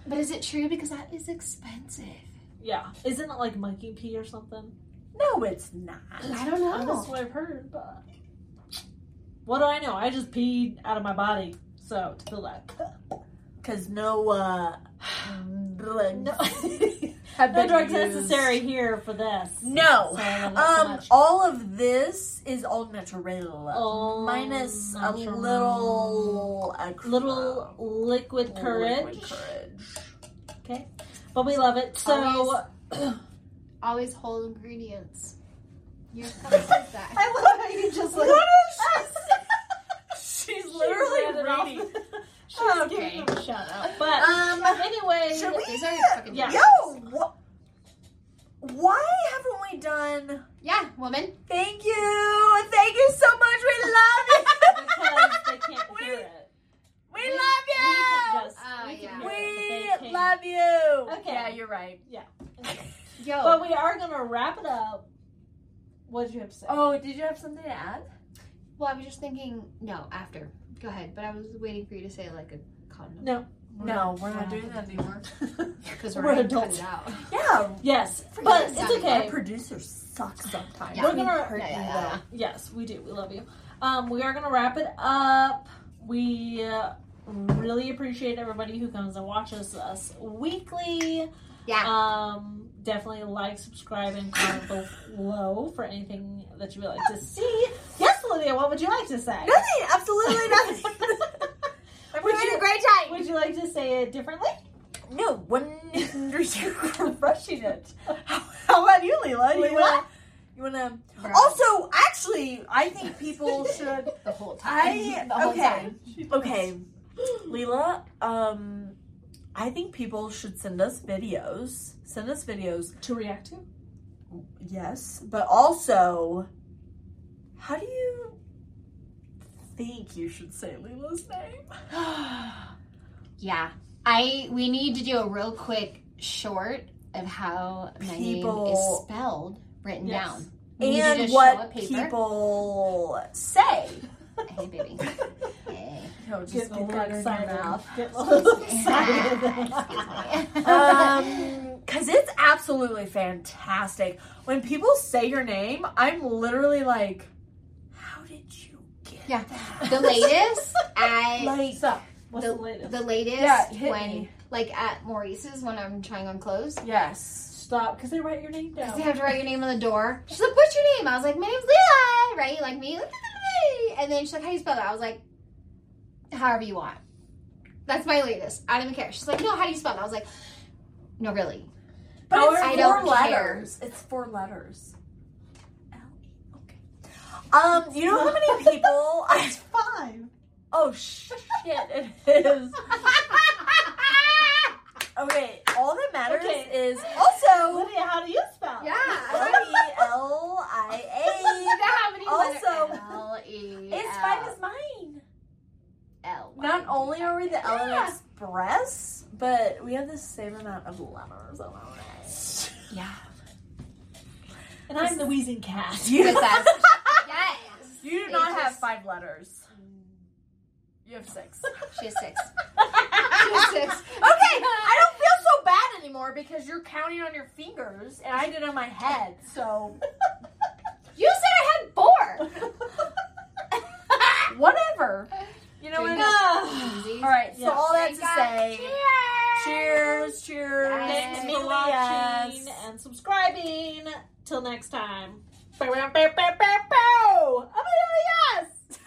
Speaker 2: But is it true? Because that is expensive.
Speaker 3: Yeah, isn't it like monkey pee or something?
Speaker 1: No, it's not.
Speaker 2: I don't
Speaker 3: That's
Speaker 2: know.
Speaker 3: what I've heard. But what do I know? I just peed out of my body, so to fill that cup.
Speaker 1: Cause no, (sighs) uh,
Speaker 3: No,
Speaker 1: no, (laughs)
Speaker 3: no drugs necessary here for this.
Speaker 1: No.
Speaker 3: So I don't know so
Speaker 1: Um,
Speaker 3: much.
Speaker 1: all of this is all natural,
Speaker 3: All
Speaker 1: minus
Speaker 3: Oh, natural.
Speaker 1: a little extra.
Speaker 3: little liquid
Speaker 1: Liquid
Speaker 3: courage.
Speaker 1: courage.
Speaker 3: But we love it. So
Speaker 2: Always. Always whole ingredients. (laughs) Your cousin says that.
Speaker 3: (laughs) I love how you just
Speaker 1: What
Speaker 3: (laughs)
Speaker 1: is she? She's
Speaker 3: read
Speaker 1: literally
Speaker 3: it off. (laughs)
Speaker 1: reading.
Speaker 3: She's
Speaker 1: Okay.
Speaker 3: giving them a shout out. But
Speaker 1: Um,
Speaker 3: anyway,
Speaker 1: (laughs) should we?
Speaker 2: These are fucking
Speaker 3: Yeah.
Speaker 1: Yo, wha- why haven't we done?
Speaker 2: Yeah, woman.
Speaker 1: Thank you, thank you so much. We love
Speaker 3: because
Speaker 1: (laughs)
Speaker 3: they can't hear
Speaker 1: you.
Speaker 3: it.
Speaker 1: we, we
Speaker 3: we- We can
Speaker 1: love
Speaker 3: just-
Speaker 2: Oh,
Speaker 3: we can
Speaker 2: yeah.
Speaker 3: hear
Speaker 1: you.
Speaker 3: it, but they
Speaker 1: We
Speaker 3: can't.
Speaker 1: love you.
Speaker 3: Okay.
Speaker 1: Yeah, you're right.
Speaker 2: Yo.
Speaker 3: But we are gonna wrap it up. What did you have to say?
Speaker 1: Oh, did you have something to add?
Speaker 2: Well, I was just thinking. No, after. Go ahead. But I was waiting for you to say like a condom.
Speaker 3: No.
Speaker 1: No, we're not doing that (laughs) anymore.
Speaker 2: Because we're,
Speaker 3: We're
Speaker 2: already cut
Speaker 3: adults.
Speaker 2: it out.
Speaker 1: Yeah,
Speaker 3: Yes,
Speaker 2: Forget
Speaker 3: but
Speaker 2: it,
Speaker 3: it's
Speaker 2: Sally.
Speaker 1: our
Speaker 3: okay.
Speaker 1: producers suck sometimes.
Speaker 2: Yeah.
Speaker 3: We're gonna
Speaker 1: Hurt
Speaker 2: Yeah, yeah,
Speaker 1: you,
Speaker 2: yeah,
Speaker 1: though.
Speaker 2: yeah.
Speaker 3: Yes, we do. We love you. Um, we are going to wrap it up. We uh, really appreciate everybody who comes and watches us weekly.
Speaker 2: Yeah.
Speaker 3: Um, definitely like, subscribe, and comment below for anything that you would like to see. Yes, Lydia, what would you like to say?
Speaker 1: Nothing, (laughs) absolutely nothing.
Speaker 2: we
Speaker 3: would,
Speaker 2: had a
Speaker 3: you,
Speaker 2: great
Speaker 3: (laughs)
Speaker 2: time.
Speaker 3: would you like to say it differently?
Speaker 1: no, wonder you're rushing it. (laughs) How, how about you, Leela? You
Speaker 3: Leela?
Speaker 1: wanna, you wanna? Also, actually, I think (laughs) people should.
Speaker 2: the whole time.
Speaker 1: I-
Speaker 2: (laughs) the whole
Speaker 1: okay.
Speaker 2: time.
Speaker 1: Okay, Leela. Um, I think people should send us videos. Send us videos.
Speaker 3: To react to?
Speaker 1: Yes, but also, how do you think you should say Leela's name?
Speaker 2: (gasps) Yeah. I we need to do a real quick short of how my name
Speaker 1: People-
Speaker 2: is spelled written
Speaker 3: Yes.
Speaker 2: down. We need to
Speaker 1: And
Speaker 2: just show a
Speaker 1: what
Speaker 2: paper.
Speaker 1: people say.
Speaker 2: (laughs) Hey, baby.
Speaker 1: (laughs)
Speaker 2: Hey.
Speaker 1: No,
Speaker 3: Get
Speaker 1: just
Speaker 3: a
Speaker 1: get
Speaker 3: little
Speaker 1: that in your
Speaker 3: excited.
Speaker 1: mouth.
Speaker 3: (laughs) Get a little excited.
Speaker 2: Excuse me.
Speaker 1: (laughs) Um, cause it's absolutely fantastic. When people say your name, I'm literally like, how did you get
Speaker 2: Yeah.
Speaker 1: that?
Speaker 2: the
Speaker 1: (laughs)
Speaker 2: latest, (laughs) I
Speaker 1: like,
Speaker 3: so, what's the, latest?
Speaker 2: the latest
Speaker 1: Yeah, hit
Speaker 2: when
Speaker 1: me.
Speaker 2: like at Maurice's when I'm trying on clothes.
Speaker 1: yes.
Speaker 3: Stop, because they write your name
Speaker 1: Oh.
Speaker 2: Because they
Speaker 3: down.
Speaker 2: have to write your name on the door. She's like, What's your name? I was like, My name's Leela, right? Like me. And then she's like, How do you spell it? I was like, However you want. That's my latest. I don't even care. She's like, No, how do you spell it? I was like, No, really. (laughs)
Speaker 1: But
Speaker 3: Or
Speaker 1: it's
Speaker 2: I
Speaker 1: 4
Speaker 2: don't
Speaker 1: letters. It's four letters. L E. Okay. Um, you know how
Speaker 2: (laughs)
Speaker 1: many people? I,
Speaker 3: Fine.
Speaker 1: oh shit! It is. Okay. All that matters
Speaker 3: Okay.
Speaker 1: is
Speaker 2: (laughs)
Speaker 1: also
Speaker 3: Lydia, how do you spell?
Speaker 2: yeah.
Speaker 1: L
Speaker 2: I
Speaker 1: E L I
Speaker 2: don't know how many
Speaker 1: Also-
Speaker 2: E L-E-L.
Speaker 1: A. It's fine as mine.
Speaker 2: L.
Speaker 1: Not only are we the L
Speaker 2: Yeah.
Speaker 1: and Express, but we have the same amount of letters on
Speaker 2: (laughs)
Speaker 1: our name.
Speaker 2: Yeah.
Speaker 3: And I'm the wheezing cat.
Speaker 1: You,
Speaker 2: Good
Speaker 1: (laughs)
Speaker 2: size. Yes.
Speaker 1: you do
Speaker 2: It
Speaker 1: not have
Speaker 2: just-
Speaker 1: five letters. You have six. (laughs)
Speaker 2: She has six. She has six.
Speaker 1: Okay, I don't feel so bad anymore because you're counting on your fingers and I did on my head.
Speaker 2: (laughs)
Speaker 1: So
Speaker 2: You said I had four.
Speaker 1: whatever. You know
Speaker 2: Drink
Speaker 1: what?
Speaker 3: Ah.
Speaker 2: Easy.
Speaker 1: All right.
Speaker 3: Yeah.
Speaker 1: So all that to
Speaker 2: Drink up.
Speaker 1: say, cheers, cheers.
Speaker 2: Yes.
Speaker 3: Thanks
Speaker 1: Leah.
Speaker 3: for watching and subscribing. Till next time. Bow, Oh bow, bow, bow, bow, bow.